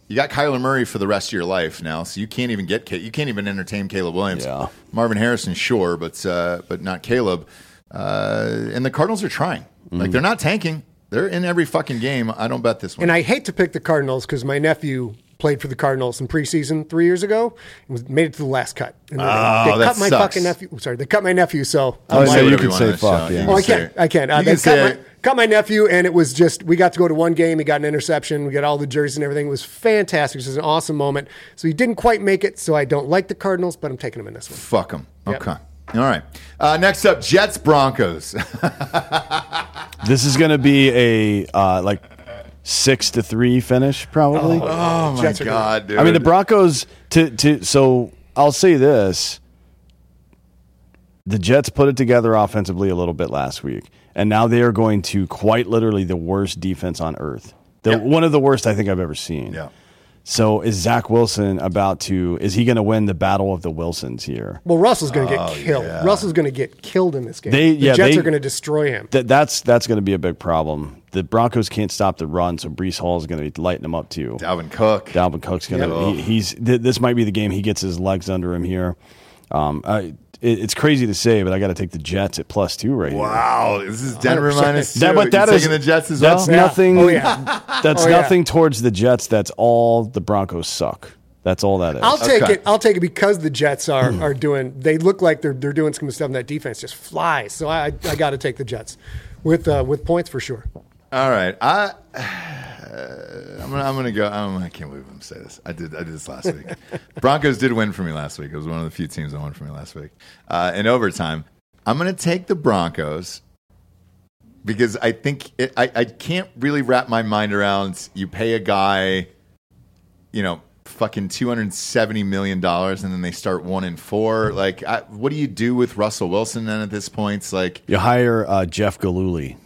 You got Kyler Murray for the rest of your life now, so you can't even get Ca- you can't even entertain Caleb Williams,
Yeah.
Marvin Harrison, sure, but uh, but not Caleb. Uh, and the Cardinals are trying.
Mm-hmm.
Like they're not tanking. They're in every fucking game. I don't bet this one.
And I hate to pick the Cardinals because my nephew played for the Cardinals in preseason three years ago and was, made it to the last cut. And they,
Oh,
they
that
cut my
sucks.
fucking nephew. Sorry, they cut my nephew. So
Oh,
You
no,
say
you
whatever
can
want
say
on this
fuck,
show.
yeah.
You
Oh, I
say
can't.
it.
I can't. Uh,
You
they
can say
cut,
it.
my, cut my nephew, and it was just we got to go to one game. He got an interception. We got all the jerseys and everything. It was fantastic. It was an awesome moment. So he didn't quite make it. So I don't like the Cardinals, but I'm taking him in this one.
Fuck them.
Yep.
Okay. All right. Uh, next up, Jets Broncos.
This is going to be a uh, like six to three finish probably.
oh my
Jets are
god, dude.
I mean the Broncos to to so I'll say this. The Jets put it together offensively a little bit last week, and now they are going to quite literally the worst defense on earth. The, One of the worst I think I've ever seen.
Yeah.
So is Zach Wilson about to? Is he going to win the battle of the Wilsons here?
Well, Russell's going
Oh,
to get killed. Russell's going to get killed in this game.
They-
the
yeah,
Jets
they-
are going to destroy him.
That that's that's going to be a big problem. The Broncos can't stop the run, so Brees Hall is going to be lighting them up too.
Dalvin Cook.
Dalvin Cook's going to
Yeah.
he, he's th- this might be the game he gets his legs under him here. Um, I, it, it's crazy to say, but I got to take the Jets at plus two right here.
wow, this is Denver
100%.
minus two.
That, but that
You're
is
taking the Jets as
that's
well.
Yeah.
nothing.
Oh, yeah.
that's
Oh, yeah.
nothing towards the Jets. That's all the Broncos suck. That's all that is.
I'll take
Okay.
it. I'll take it because the Jets are
Hmm.
are doing. They look like they're they're doing some stuff. And that defense just flies. So I I got to take the Jets with uh, with points for sure.
All right, I. I'm gonna, I'm gonna go. I'm, I can't believe I'm saying this. I did. I did this last week. Broncos did win for me last week. It was one of the few teams that won for me last week uh, in overtime. I'm gonna take the Broncos because I think it, I, I can't really wrap my mind around. You pay a guy, you know, fucking 270 million dollars, and then they start one and four. Like, I, what do you do with Russell Wilson then at this point? It's like,
You hire uh, Jeff Galooly.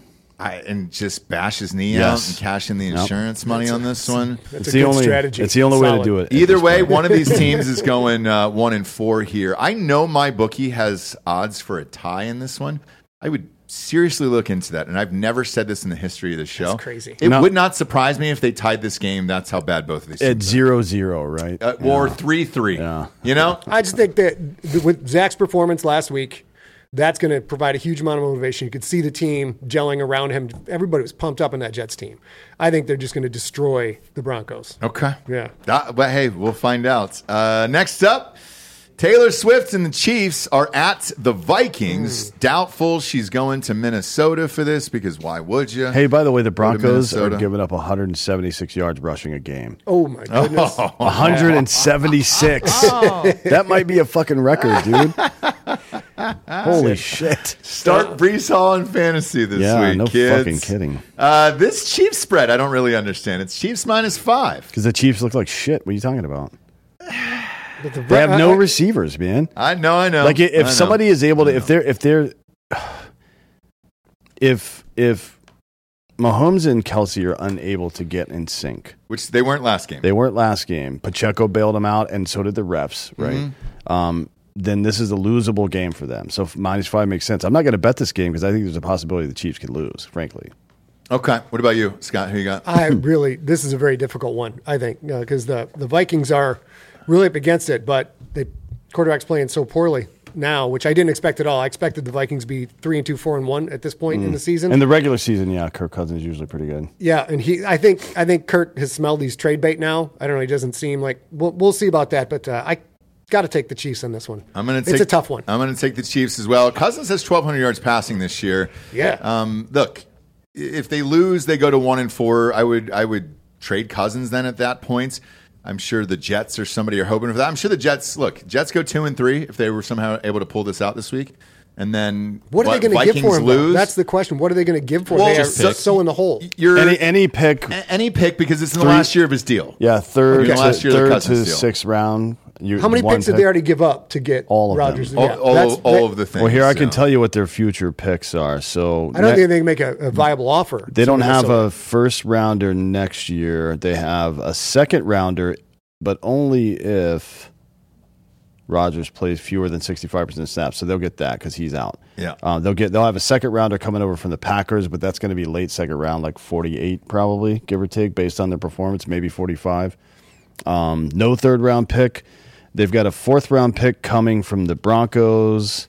I and just bash his knee out
Yes.
and cash in the
Yep.
insurance money on this one.
That's
it's
a
the
good
only
strategy.
It's the only way
Solid.
to do it. at
Either
this
way,
point.
one of these teams is going uh, one and four here. I know my bookie has odds for a tie in this one. I would seriously look into that, and I've never said this in the history of the show.
That's crazy.
It
No.
would not surprise me if they tied this game. That's how bad both of these
at
teams.
zero zero, right?
Are. Uh, Or three three. You know,
I just think that th- with Zach's performance last week, that's going to provide a huge amount of motivation. You could see the team gelling around him. Everybody was pumped up in that Jets team. I think they're just going to destroy the
Oh.
Broncos.
Okay.
Yeah.
Uh, but hey, we'll find out. Uh, next up, Taylor Swift and the Chiefs are at the Vikings.
Hmm.
Doubtful she's going to Minnesota for this because why would you?
Hey, by the way, the Broncos are
Minnesota.
giving up 176 yards rushing a game.
Oh my goodness!
176. That might be a fucking record, dude. Holy shit.
Start Brees Hall in fantasy this
Yeah,
week.
no
kids.
fucking kidding.
Uh, this Chiefs spread, I don't really understand. It's Chiefs minus five.
Because the Chiefs look like shit. What are you talking about?
But the-
They have
I-
no
I-
receivers, man.
I know, I know.
Like i-
I
if
know.
somebody is able to, if they're, if they're, if if Mahomes and Kelsey are unable to get in sync,
which they weren't last game.
they weren't last game. Pacheco bailed them out, and so did the refs, right? Um, then this is a losable game for them. So if minus five makes sense. I'm not going to bet this game because I think there's a possibility the Chiefs could lose. Frankly,
okay. What about you, Scott? Who you got?
I
Hmm.
really, this is a very difficult one, I think, because the, the Vikings are really up against it, but the quarterback's playing so poorly now, which I didn't expect at all. I expected the Vikings be three and two, four and one at this point in the season.
in Hmm. the regular season, yeah, Kirk Cousins is usually pretty good.
yeah, and he, I think, I think Kurt has smelled these trade bait now. I don't know. He doesn't seem like we'll, we'll see about that, but uh, I got to take the Chiefs on this one.
I'm gonna.
It's
Take,
a tough one.
I'm gonna take the Chiefs as well. Cousins has 1,200 yards passing this year.
Yeah.
Um, look, i- if they lose, they go to one and four. I would. I would trade Cousins then at that point. I'm sure the Jets or somebody are hoping for that. I'm sure the Jets. Look, Jets go two and three if they were somehow able to pull this out this week, and then
what are they going to
Vikings
give for him? though?
Lose.
That's the question. What are they going to give for him? They are
Well,
so, so in the hole.
You're
Any
any,
any pick,
any pick because it's in the last year of his deal.
yeah, third,
Okay.
to,
Last year, the
third to
Cousins deal.
sixth round. You,
How many
one
picks did
pick.
they already give up to get
All of them.
Rodgers?
All,
Yeah,
all,
that's-
all
that-
of the things.
Well, here I can
yeah.
tell you what their future picks are. So
I don't
ne-
think they can make a, a viable offer.
they
to
don't have
Minnesota.
a first rounder next year. They have a second rounder, but only if Rodgers plays fewer than sixty five percent snaps. So they'll get that because he's out.
Yeah.
um, they'll get they'll have a second rounder coming over from the Packers, but that's going to be late second round, like forty eight probably, give or take, based on their performance, maybe forty five. Um, no third round pick. They've got a fourth round pick coming from the Broncos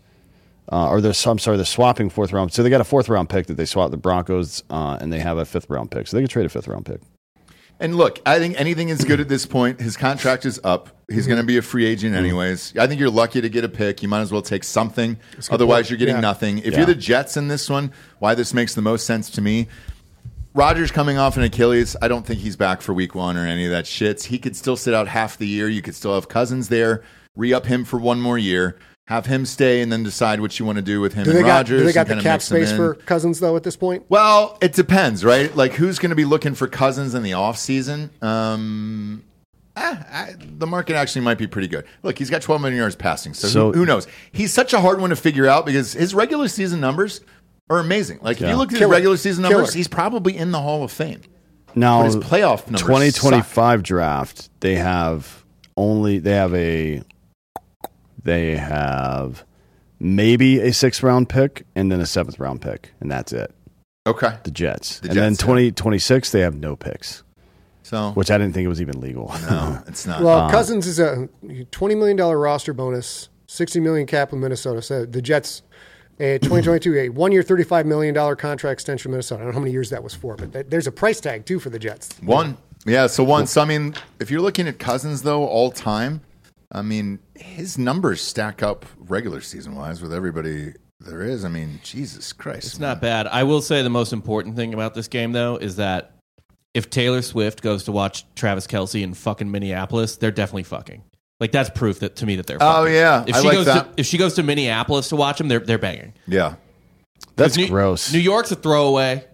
uh, or they're I'm sorry, they're swapping fourth round. So they got a fourth round pick that they swapped the Broncos, uh, and they have a fifth round pick. So they could trade a fifth round pick.
And look, I think anything is good at this point. His contract is up. He's going to be a free agent
Mm-hmm.
anyways. I think you're lucky to get a pick. You might as well take something. Otherwise, you're getting
Yeah.
nothing. If
Yeah.
you're the Jets in this one, why this makes the most sense to me. Rodgers coming off an Achilles, I don't think he's back for week 1 or any of that shit. He could still sit out half the year. You could still have Cousins there. Re-up him for one more year. Have him stay and then decide what you want to do with him
Do
and
they got,
Rodgers.
do they got
and
the
kinda
cap
mix them
space
in.
for Cousins though at this point?
Well, it depends, right? Like, who's going to be looking for Cousins in the offseason? Um, ah, I, the market actually might be pretty good. Look, he's got 12 million yards passing, so,
So-
who, who knows? He's such a hard one to figure out because his regular season numbers are amazing. Like, if
Yeah.
you look at
Killer.
his regular season
Killer.
numbers, he's probably in the Hall of Fame.
Now,
But his playoff numbers
twenty twenty five draft, they have only they have a they have maybe a sixth round pick and then a seventh round pick, and that's it.
Okay.
The Jets,
The
and then
Jets, yeah.
twenty twenty six, they have no picks,
So,
which I didn't think it was even legal.
no, it's
Uh,
not.
Well, Cousins is a twenty million dollar roster bonus, sixty million cap in Minnesota. So the Jets, a twenty twenty two, a one year thirty five million dollar contract extension in Minnesota. I don't know how many years that was for, but that, there's a price tag too for the Jets.
One. Yeah, so one. So I mean, if you're looking at Cousins though, all time, I mean, his numbers stack up regular season wise with everybody there is. I mean, Jesus Christ.
It's not bad. I will say the most important thing about this game, though, is that if Taylor Swift goes to watch Travis Kelsey in fucking Minneapolis, they're definitely fucking. Like that's proof that to me that they're.
Oh,
fucking.
yeah.
if
I
she
like
goes
that.
To, if she goes to Minneapolis to watch him, they're they're banging.
Yeah.
That's
New,
gross.
New York's a throwaway.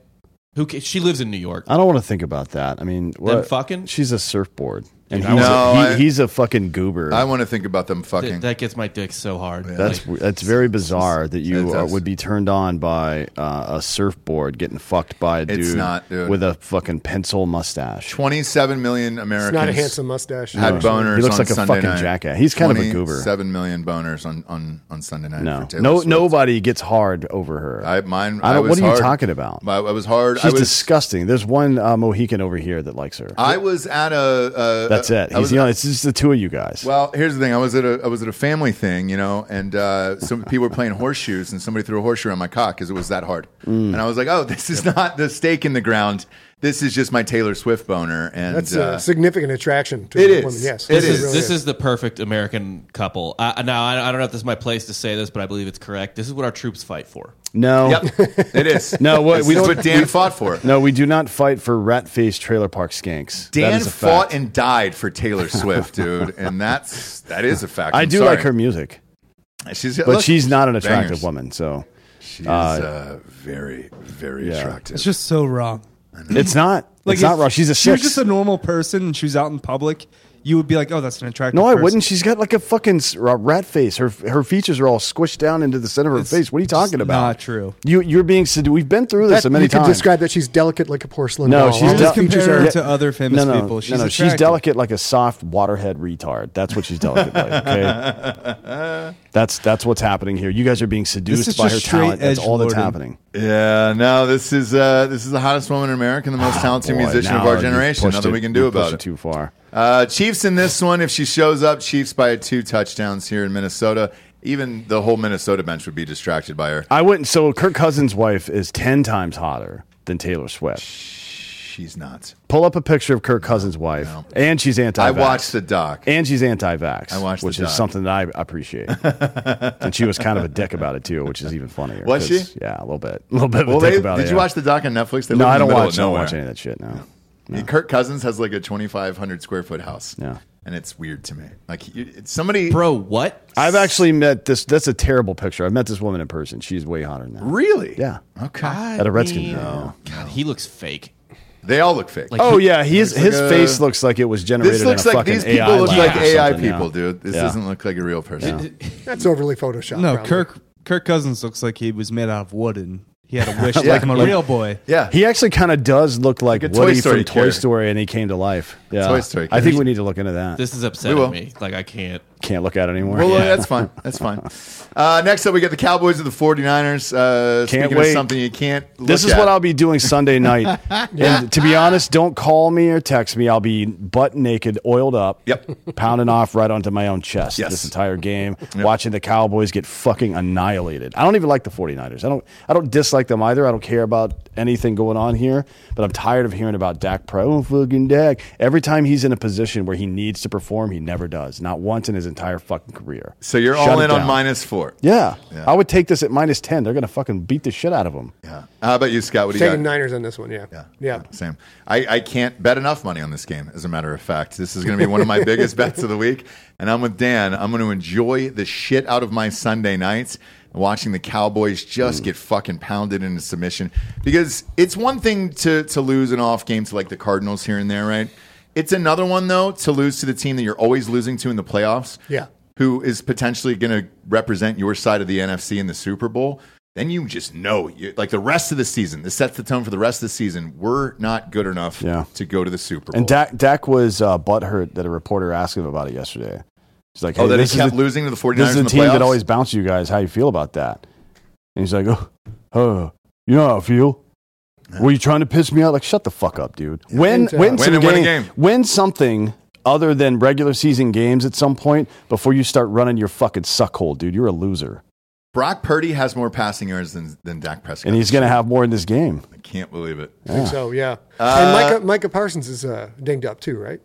Who ca- she lives in New York.
I don't want to think about that. I mean, what?
fucking?
She's a surfboard, and
Dude, I
he's,
want-
a,
No,
he,
I-
he's a fucking goober.
I want to think about them
Th-
fucking.
that gets my dick so hard.
That's
Like,
w- that's very bizarre that you
It's-
are, would be turned on by uh, a surfboard getting fucked by a dude,
It's not, dude.
with a fucking pencil mustache.
27 million Americans
It's not a handsome mustache.
had boners
He looks
on
like a
Sunday
fucking
night.
jackass. He's kind of a goober.
7 million boners on, on, on Sunday night.
No,
for Taylor
no,
Swift.
nobody gets hard over her.
I, mine,
I
I
don't-
was
what are you
hard.
talking about?
I, I was hard. I
She's
was,
disgusting. There's one uh, Mohican over here that likes her.
I was at a. a
that's
a-
it.
I
He's
was
the only. It's just the two of you guys.
Well, here's the thing. I was at a I was at a family thing, you know, and uh, some people were playing horseshoes, and somebody threw a horseshoe on my cock because it was that hard.
Mm.
And I was like, "Oh, this is not the stake in the ground. This is just my Taylor Swift boner." And
That's
uh,
a significant attraction to
it
women.
is.
Yes,
It
this is,
is.
this is the perfect American couple. Uh, now I, I don't know if this is my place to say this, but I believe it's correct. This is what our troops fight for.
no,
yep, it is.
uh, No, what-
This
we
is
don't-
what Dan fought for.
no, we do not fight for rat-faced trailer park skanks. That
Dan
is a
fought
fact.
and died for Taylor Swift, dude, and that's that is a fact.
I
I'm
do
sorry.
like her music.
She's,
But she's not an attractive woman, so
She's uh, very, very
yeah.
attractive.
It's just so wrong.
it's not. it's
if
not wrong. She's a
She was
six.
just a normal person, and she was out in public. You would be like, "Oh, that's an attractive."
no, I
person.
wouldn't. She's got like a fucking s- r- rat face. Her her features are all squished down into the center of her
It's
face. What are you talking
just
about?
not true.
You you're being seduced. We've been through this
That-
a many
you could
times.
describe that she's delicate like a porcelain
no,
doll.
she's
All
just
the features
comparing
are-
her to other famous
no, no,
people. She's
no, no. She's
attractive.
delicate like a soft waterhead retard. That's what she's delicate like. Okay, that's that's what's happening here. You guys are being seduced
is
by her
just straight
talent. That's all that's
edgelording.
happening.
yeah, no, this is uh, this is the hottest woman in America and the most talented
Ah, Boy,
musician
now
of our
you've
generation.
pushed
Nothing
it-
we can do
you've pushed
about
it
it.
Too far.
Uh, Chiefs in this one, if she shows up, Chiefs by two touchdowns here in Minnesota. Even the whole Minnesota bench would be distracted by her.
I wouldn't. So Kirk Cousins' wife is ten times hotter than Taylor Swift.
She's not.
Pull up a picture of Kirk Cousins' wife,
No.
and she's anti.
I watched the doc.
And she's anti-vax,
I watched the
which
doc.
is something that I appreciate. and she was kind of a dick about it too, which is even funnier.
Was
'cause-
she?
Yeah, a little bit, a little bit of
Well,
a dick
they,
about
did
it.
you
yeah.
watch the doc on Netflix? They
No,
live in
I
the
don't
middle
watch.
of
I Don't watch
nowhere.
any of that shit. No.
Kirk Cousins has like a 2,500 square foot house.
Yeah.
And it's weird to me. Like, you, it's somebody.
Bro, what?
I've actually met this. That's a terrible picture. I've met this woman in person. She's way hotter than that.
Really?
Yeah.
Okay.
At a Redskins uh, game.
God, he looks fake.
They all look fake.
Like,
Oh yeah, his
Looks like
his
a-
face looks like it was generated.
this looks
in a
like
fucking
these people
AI
look
lab
like
or
AI
something, yeah.
people, dude. This
Yeah.
doesn't look like a real person.
That's overly photoshopped.
No,
probably.
Kirk. Kirk Cousins looks like he was made out of wood, and he had a wish
Yeah.
like I'm a
Like-
real boy.
Yeah.
He actually kind of does look like
Like a Toy
Woody
Story
from Toy
character.
Story, and he came to life. Yeah,
Toy Story
I think
character.
we need to look into that.
This
We
is
will.
upsetting me. Like I can't.
Can't look at it anymore.
Well,
Yeah.
that's fine. That's fine. Uh, next up, we got the Cowboys and the 49ers. Uh, speaking
wait.
of something you can't look
This is
at.
what I'll be doing Sunday night. And to be honest, don't call me or text me. I'll be butt naked, oiled up,
Yep.
pounding off right onto my own chest
Yes.
this entire game, watching the Cowboys get fucking annihilated. I don't even like the 49ers. I don't I don't dislike them either. I don't care about anything going on here, but I'm tired of hearing about Dak Pro oh, fucking Dak. Every time he's in a position where he needs to perform, he never does. Not once in his entire fucking career.
So you're
Shut
all
it
in on
down.
minus four.
Yeah.
Yeah.
I would take this at minus 10. They're going to fucking beat the shit out of him.
Yeah. How about you, Scott? What do you got?
Taking Niners on this one, yeah.
Yeah.
Yeah.
Same. I, I can't bet enough money on this game, as a matter of fact. This is going to be one of my biggest bets of the week. And I'm with Dan. I'm going to enjoy the shit out of my Sunday nights watching the Cowboys just get fucking pounded into submission. Because it's one thing to, to lose an off game to like the Cardinals here and there, right? It's another one, though, to lose to the team that you're always losing to in the playoffs.
Yeah.
Who is potentially going to represent your side of the NFC in the Super Bowl? Then you just know, you, like the rest of the season, this sets the tone for the rest of the season. We're not good enough
Yeah.
to go to the Super Bowl.
And Dak, Dak was uh, butthurt that a reporter asked him about it yesterday. He's like,
oh,
hey,
that he
this is
kept
a-
losing to the 49ers
This is
in
the
the
team
playoffs.
that always bounces you guys. How you feel about that? And he's like, oh, oh you know how I feel. Were you trying to piss me out? Like, shut the fuck up, dude. When
And, uh,
when
Win
some
and
game,
win a game.
win something other than regular season games at some point before you start running your fucking suckhole, dude. You're a loser,
Brock Purdy has more passing yards than, than Dak Prescott.
and he's gonna have more in this game.
I can't believe it.
I think so, yeah. and Micah, Micah Parsons is uh, dinged up too, right?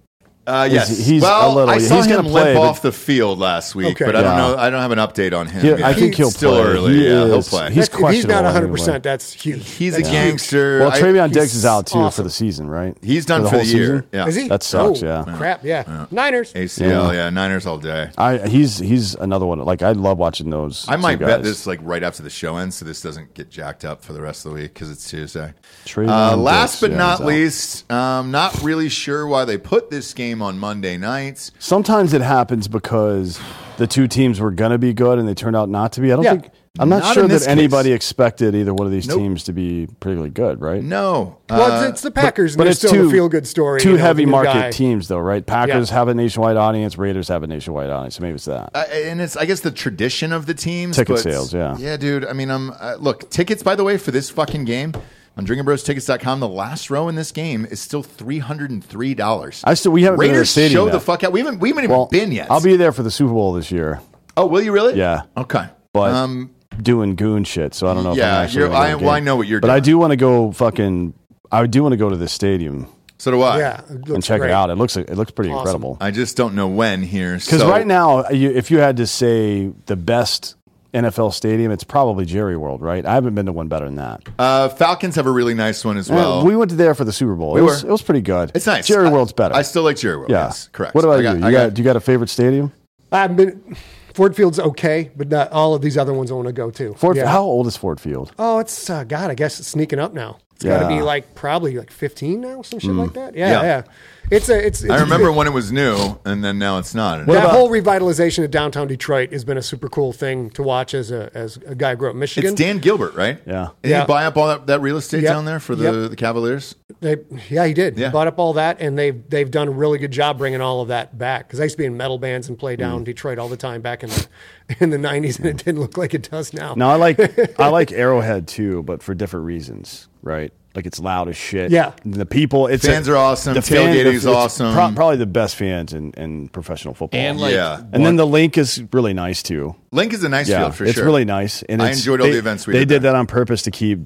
Uh, yes,
He's- he's
well,
a little-
I saw
he's
him
gonna play,
limp
but-
off the field last week,
Okay.
but I don't
Yeah.
know. I don't have an update on him.
Yeah,
yet.
I think he'll
still
play.
early.
He
yeah, he'll
is-
play.
He's
That's- if he's not
questionable
100%,
anyway.
that's huge.
He's a
That's
gangster.
Well,
I-
Travion Diggs
he's
is out too for
awesome.
the season, right?
He's done for the,
whole
year.
season?
Yeah.
Is he?
That sucks,
Oh,
yeah.
Crap, yeah. Niners.
ACL, yeah.
Yeah.
Niners all day.
I, he's he's another one. Like I love watching those.
I
two
might
guys.
bet this like right after the show ends, so this doesn't get jacked up for the rest of the week because it's Tuesday.
Trayvon
Uh,
Diggs,
last but
yeah,
not
he's out.
least, um, not really sure why they put this game on Monday nights.
Sometimes it happens because the two teams were going to be good and they turned out not to be. I don't
Yeah.
think I'm not,
Not
sure
in
that
this
anybody
case.
expected either one of these
Nope.
teams to be particularly good, right?
No,
Well,
Uh,
it's, it's the Packers,
But
and
it's
it's still
two
a feel good story.
Two
you know, with
heavy
a new
market
guy.
teams, though, right? Packers
Yeah.
have a nationwide audience. Raiders have a nationwide audience. So maybe it's that.
Uh, and it's I guess the tradition of the teams.
Ticket
but-
sales, yeah.
yeah, dude. I mean, I'm uh, look tickets. By the way, for this fucking game on DrinkinBrosTickets.com, the last row in this game is still three hundred and three dollars.
I still- we haven't been to the
Raiders
stadium
show
yet.
the fuck out. We haven't we haven't even
well,
been yet.
I'll be there for the Super Bowl this year,
Oh, will you really?
Yeah.
Okay.
but
um,
doing goon shit. So I don't
Yeah,
know. if I'm actually
you're-
gonna go
I-
to the
well, I
game.
know what you're
But I
doing.
do want to go fucking. I do want to go to this stadium
so do I.
Yeah. it
and
looks
check
great.
it out. It looks it looks pretty
Awesome.
incredible.
I just don't know when here.
Because
so-
right now, you, if you had to say the best NFL stadium, it's probably Jerry World, right? I haven't been to one better than that.
uh, Falcons have a really nice one as well.
we went to there for the Super Bowl.
We
it, was,
were.
it was pretty good.
it's nice.
Jerry
I-
World's better.
I still like Jerry World.
yeah.
Yes, correct.
What about
I got-
you?
I
You got,
got-
you got a favorite stadium?
I've been Ford Field's okay, but not all of these other ones I want to go to.
Ford,
Yeah.
How old is Ford Field?
Oh, it's uh, God. I guess it's sneaking up now. It's got to
Yeah. Hmm.
be like probably like 15 now, some shit like that. Yeah,
Yeah.
yeah, It's a. It's. it's
I remember when it was new, and then now it's not.
that whole revitalization of downtown Detroit has been a super cool thing to watch as a as a guy who grew up in Michigan.
It's Dan Gilbert, right?
Yeah.
Did
Yeah.
he buy up all that, that real estate
Yep.
down there for the,
Yep.
the Cavaliers?
They, yeah, he did.
Yeah.
Bought up all that, and they've they've done a really good job bringing all of that back. Because I used to be in metal bands and play
Mm.
down Detroit all the time back in the in the nineties, and it didn't look like it does now.
No, I like I like Arrowhead too, but for different reasons, right? Like it's loud as shit.
Yeah.
the people, it's
Fans are awesome. Tailgating's
it's
awesome.
pro- probably the best fans in, in professional football.
And like,
Yeah.
what-
and then the link is really nice too.
Link is a nice
Yeah,
field for
it's
sure.
really nice. And
I
it's-
enjoyed all
they-
the events we
they
did
did,
there.
that on purpose to keep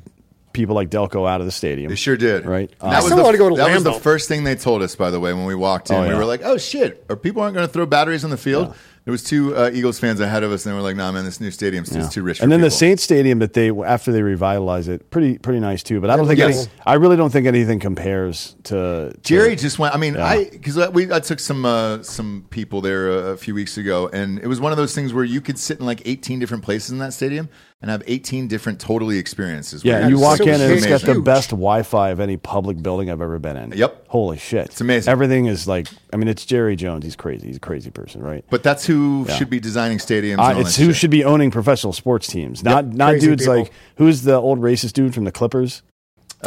people like Delco out of the stadium.
They sure did.
Right.
And
I
still
the,
wanna go to
That was the
Lambeau.
first thing they told us, by the way, when we walked in.
Oh,
We
yeah.
were like, oh, shit. Are people aren't going to throw batteries on the field? There was two uh, Eagles fans ahead of us, and they were like, nah, man, this new stadium's
Yeah.
just too rich for
And then the
people.
Saints Stadium that they after they revitalize it, pretty pretty nice too. But I don't think
Yes.
any, I really don't think anything compares to to-
Jerry just went. I mean,
Yeah.
I because we I took some uh, some people there uh, a, a few weeks ago, and it was one of those things where you could sit in like 18 different places in that stadium and have 18 different totally experiences.
Yeah,
where
and you
it's
walk
so
in and it's got the
huge.
best Wi-Fi of any public building I've ever been in.
Yep.
Holy shit. It's
amazing.
Everything is like, I mean, it's Jerry Jones. He's crazy. He's a crazy person, right?
But that's who
Yeah.
should be designing stadiums. and
I,
all
it's
that
who
shit.
should be owning professional sports teams, not not
crazy
dudes
people.
like who's the old racist dude from the Clippers,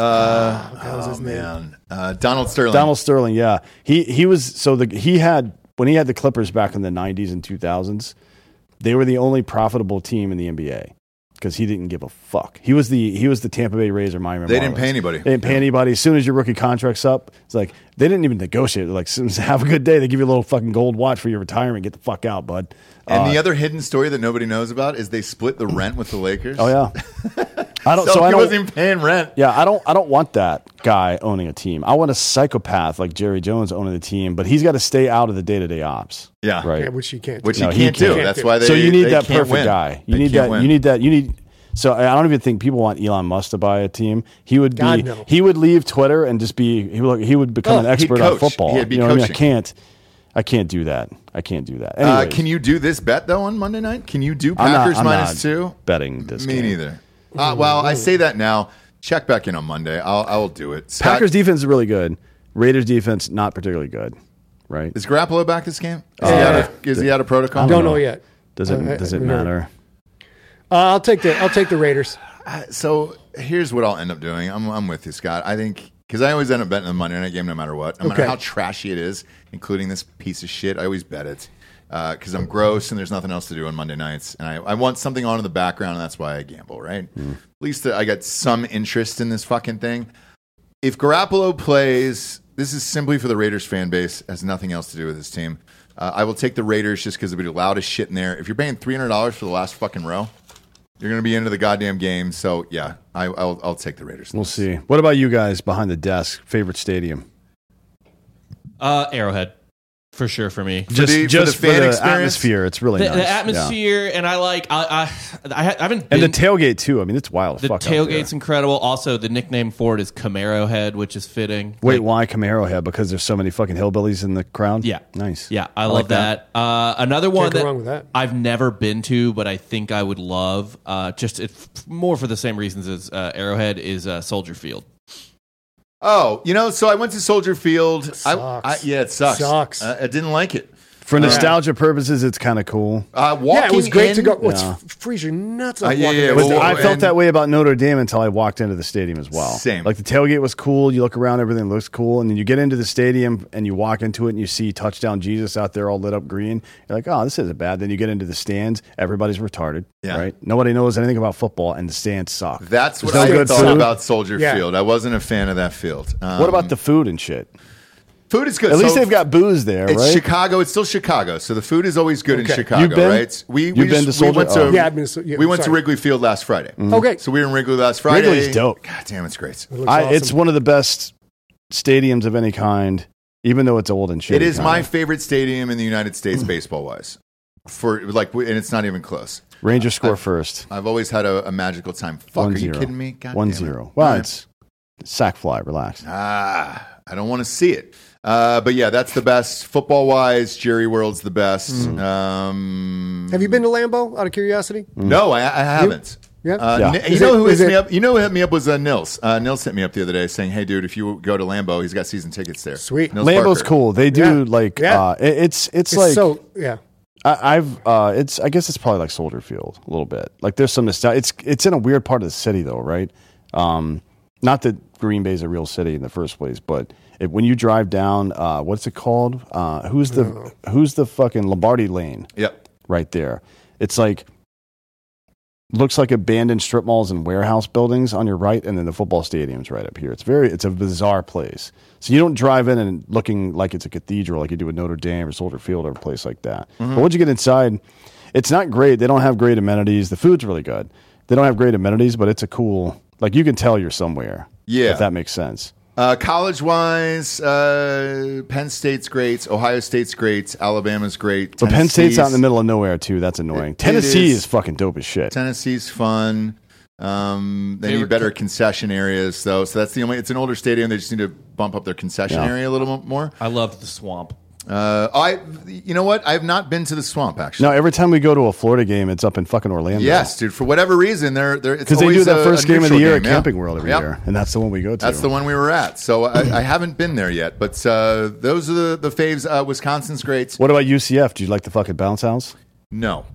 Oh man, uh, Donald Sterling.
Donald Sterling. Yeah, he he was so the he had when he had the Clippers back in the '90s and 2000s, they were the only profitable team in the NBA because he didn't give a fuck. He was the he was the Tampa Bay Rays or Miami.
They didn't
Marlins.
pay anybody.
They didn't pay anybody. As soon as your rookie contract's up, it's like they didn't even negotiate. They're like, "Soon as- have a good day. They give you a little fucking gold watch for your retirement. Get the fuck out, bud.
And
Uh,
the other hidden story that nobody knows about is they split the rent with the Lakers.
oh yeah, I don't.
so,
So, I
he
don't.
wasn't even paying rent.
yeah, I don't. I don't want that guy owning a team. I want a psychopath like Jerry Jones owning the team, but he's got to stay out of the day to day ops.
Yeah.
right.
Yeah, which you can't.
Which
do.
No,
he
he
can't do.
can't.
That's why they.
so you need
they
that
can't
perfect
win.
guy. You
They can't
need that.
win.
You need that. You need. So I I don't even think people want Elon Musk to buy a team. He would be.
God, no.
He would leave Twitter and just be. He would. He would become
Oh,
an
he'd
expert on
coach.
football.
He'd be
you know what I mean?
coaching.
I can't. I can't do that. I can't do that.
Uh,
Anyways,
can you do this bet though on Monday night? Can you do
I'm not-
Packers
I'm
minus
not
two?
betting this
Me
game.
neither. Uh, well, I say that now. Check back in on Monday. I'll I will do it. Scott,
Packers defense is really good. Raiders defense not particularly good. Right?
is Garoppolo back this game? Is,
Uh,
he, out of, is he out of protocol?
don't know yet.
Does it?
Uh, I-
does it
I-
matter?
Uh, I'll take the I'll take the Raiders.
So here's what I'll end up doing. I'm, I'm with you, Scott. I think because I always end up betting the Monday night game no matter what, no matter
Okay.
how trashy it is, including this piece of shit. I always bet it because I'm gross and there's nothing else to do on Monday nights, and I, I want something on in the background, and that's why I gamble. Right? At least I got some interest in this fucking thing. If Garoppolo plays, this is simply for the Raiders fan base. Has nothing else to do with this team. Uh, I will take the Raiders just because it'll be the loudest shit in there. If you're paying three hundred dollars for the last fucking row, you're going to be into the goddamn game. So yeah, I, I'll I'll take the Raiders.
We'll see. What about you guys behind the desk? Favorite stadium?
uh, Arrowhead for sure for me.
Just
the- for
just
the
for
fan
the
experience?
atmosphere. It's really
The,
nice.
the
Yeah.
atmosphere, and I like. I I, I haven't
And
been
the tailgate too. I mean, it's wild. as
The
fuck out
tailgate's
there.
incredible. Also, the nickname for it is Camaro Head, which is fitting.
Wait,
Like,
why Camaro head? Because there's so many fucking hillbillies in the crowd.
yeah,
nice.
Yeah, I, love that. Uh, another one
go
that,
wrong with that.
I've never been to, but I think I would love. Uh, just it, more for the same reasons as uh, Arrowhead is uh, Soldier Field.
Oh, you know, so I went to Soldier Field. I,
Sucks.
I- yeah, it sucks.
Sucks.
Uh, I didn't like it.
For nostalgia purposes, it's kind of cool.
Uh, walking
Yeah, it was great
in-
to go. What's
Yeah.
f freeze your nuts
Uh,
off?
yeah,
walking
yeah,
in
well,
the
But
well,
stadium.
I felt
and-
that way about Notre Dame until I walked into the stadium as well.
Same.
Like the tailgate was cool. You look around, everything looks cool, and then you get into the stadium and you walk into it and you see touchdown Jesus out there all lit up green. You're like, oh, this isn't bad. Then you get into the stands, everybody's retarded.
Yeah.
Right. Nobody knows anything about football, and the stands suck.
That's what
There's no
I
good
thought
food.
about Soldier
Yeah.
Field. I wasn't a fan of that field. Um,
What about the food and shit?
food? Is good.
At least
So
they've got booze there,
It's
right?
Chicago. It's still Chicago, so the food is always good in
Okay.
Chicago,
You've been-
right? We we,
you've been
just,
to
we went
Soldier-
to
oh.
Yeah, I've been to- yeah,
we went to
sorry.
Wrigley Field last Friday.
Okay.
so we were in Wrigley last Friday.
Wrigley's dope.
God damn, it's great.
It looks
I,
awesome.
It's one of the best stadiums of any kind, even though it's old and shit.
It is my favorite stadium in the United States,
Mm.
baseball wise. For like, we- and it's not even close.
Rangers score first.
I've always had a, a magical time. Fuck,
One
are you
zero.
kidding me? God
One
damn it.
zero.
All
Well,
right.
it's sack fly. Relax.
ah, I don't want to see it. Uh, but yeah, that's the best football wise. Jerry World's the best.
Mm.
Um,
Have you been to Lambeau out of curiosity?
no, I, I haven't.
Mm. Yeah.
Uh,
Yeah.
Ni- You
Is
know
it-
who
is
hit me
it-
up? You know who hit me up was uh, Nils. Uh, Nils hit me up the other day saying, "Hey, dude, if you go to Lambo, he's got season tickets there."
Sweet.
Nils
Lambo's
Barker.
cool. They
Yeah.
do like
Yeah.
uh, it- it's it's,
It's
like
so yeah.
I, I've uh, it's I guess it's probably like Soldier Field a little bit. Like there's some nostalgia. It's it's in a weird part of the city though, right? Um, not that Green Bay's a real city in the first place, but it, when you drive down, uh, what's it called? Uh, who's the who's the fucking Lombardi Lane
Yep.
right there? It's like looks like abandoned strip malls and warehouse buildings on your right, and then the football stadium's right up here. It's very it's a bizarre place. So you don't drive in and looking like it's a cathedral like you do at Notre Dame or Soldier Field or a place like that.
Mm-hmm.
But once you get inside, it's not great. They don't have great amenities. The food's really good. They don't have great amenities, but it's a cool like you can tell you're somewhere.
Yeah.
If that makes sense.
Uh, college wise, uh, Penn State's great. Ohio State's great. Alabama's great.
But Penn State's out in the
Tennessee's-
middle of nowhere too. That's annoying.
it
Tennessee
is.
is fucking dope as shit.
Tennessee's fun. Um, they need
Favorite
better concession areas, though. So that's the only. It's an older stadium. They just need to bump up their concession
Yeah.
area a little bit more.
I loved the swamp.
Uh, I, you know what? I have not been to the swamp actually.
No, every time we go to a Florida game, it's up in fucking Orlando.
Yes, dude. For whatever reason, they're they're
Because they do that first game of the year at Camping World every
Yep.
year, and that's the one we go to.
That's the one we were at. So I, I haven't been there yet, but uh, those are the, the faves. Uh, Wisconsin's great.
What about UCF? Do you like the fucking bounce house?
No,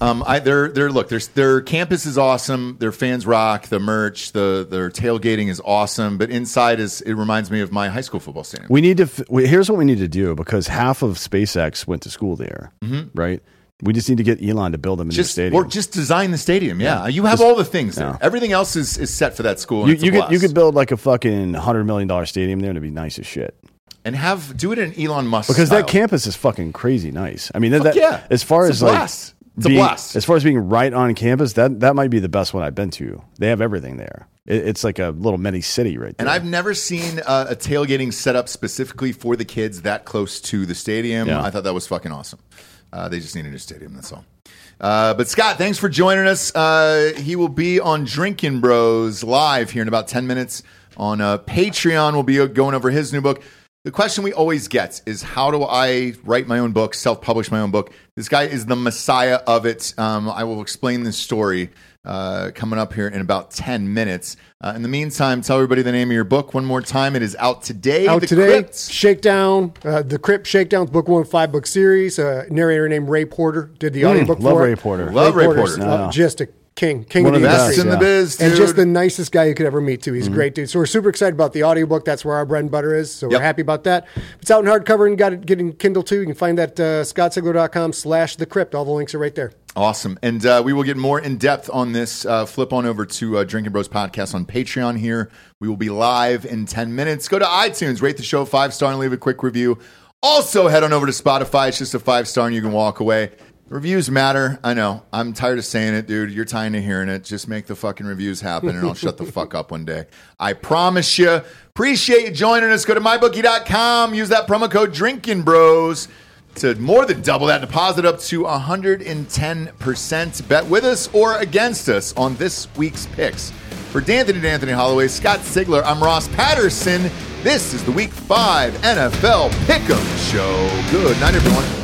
um, I they're, they're look their their campus is awesome. Their fans rock. The merch, the their tailgating is awesome. But inside is it reminds me of my high school football stadium.
We need to. f- We, here's what we need to do because half of SpaceX went to school there, right? We just need to get Elon to build them a new
Mm-hmm. just
stadium.
or just design the stadium. Yeah, you have all the things there. Everything else is, is set for that school. And
you,
it's a
you could you
blast.
could build like a fucking hundred million dollar stadium there, and it'd be nice as shit.
and have do it in Elon Musk
Because
style.
that campus is fucking crazy nice. I mean, that,
Fuck
that-
yeah.
as far
It's
as
a
like
blast. It's a
being-
blast.
as far as being right on campus, that that might be the best one I've been to. They have everything there. It, it's like a little mini city right there.
And I've never seen uh, a tailgating set up specifically for the kids that close to the stadium.
Yeah.
I thought that was fucking awesome. Uh, they just need a new stadium. That's all. Uh, but Scott, thanks for joining us. Uh, he will be on Drinking Bros live here in about ten minutes on uh, Patreon. We'll be going over his new book. The question we always get is how do I write my own book, self publish my own book? This guy is the messiah of it. Um, I will explain this story uh, coming up here in about 10 minutes. Uh, in the meantime, tell everybody the name of your book one more time. It is out today.
out
The
today.
Crypt.
Shakedown, uh, the Crypt Shakedown, book one, five book series. Uh, narrator named Ray Porter did the audiobook
Hmm, love
for
Ray
it.
Porter.
Love Ray
Porter's,
Porter.
uh, just a king, king
One
of
of
the
the
Best
does,
industry.
in the
yeah. Mm-hmm.
biz, dude.
and just the nicest guy you could ever meet too. He's a great dude. So we're super excited about the audiobook. That's where our bread and butter is. So
Yep.
we're happy about that. It's out in hardcover and got it getting Kindle too. You can find that uh, scottsigler.com slash the crypt. All the links are right there.
Awesome. And uh, we will get more in depth on this. Uh, flip on over to uh, Drinking Bros Podcast on Patreon here. We will be live in 10 minutes. Go to iTunes, rate the show five star, and leave a quick review. Also, head on over to Spotify. It's just a five star, and you can walk away. Reviews matter. I know. I'm tired of saying it, dude. You're tired of hearing it. Just make the fucking reviews happen, and I'll shut the fuck up one day. I promise you. Appreciate you joining us. Go to mybookie.com. Use that promo code Drinking Bros to more than double that deposit up to 110% bet with us or against us on this week's picks. For D'Anthony and Anthony Holloway, Scott Sigler, I'm Ross Patterson. This is the Week 5 NFL Pick'em Show. Good night, everyone.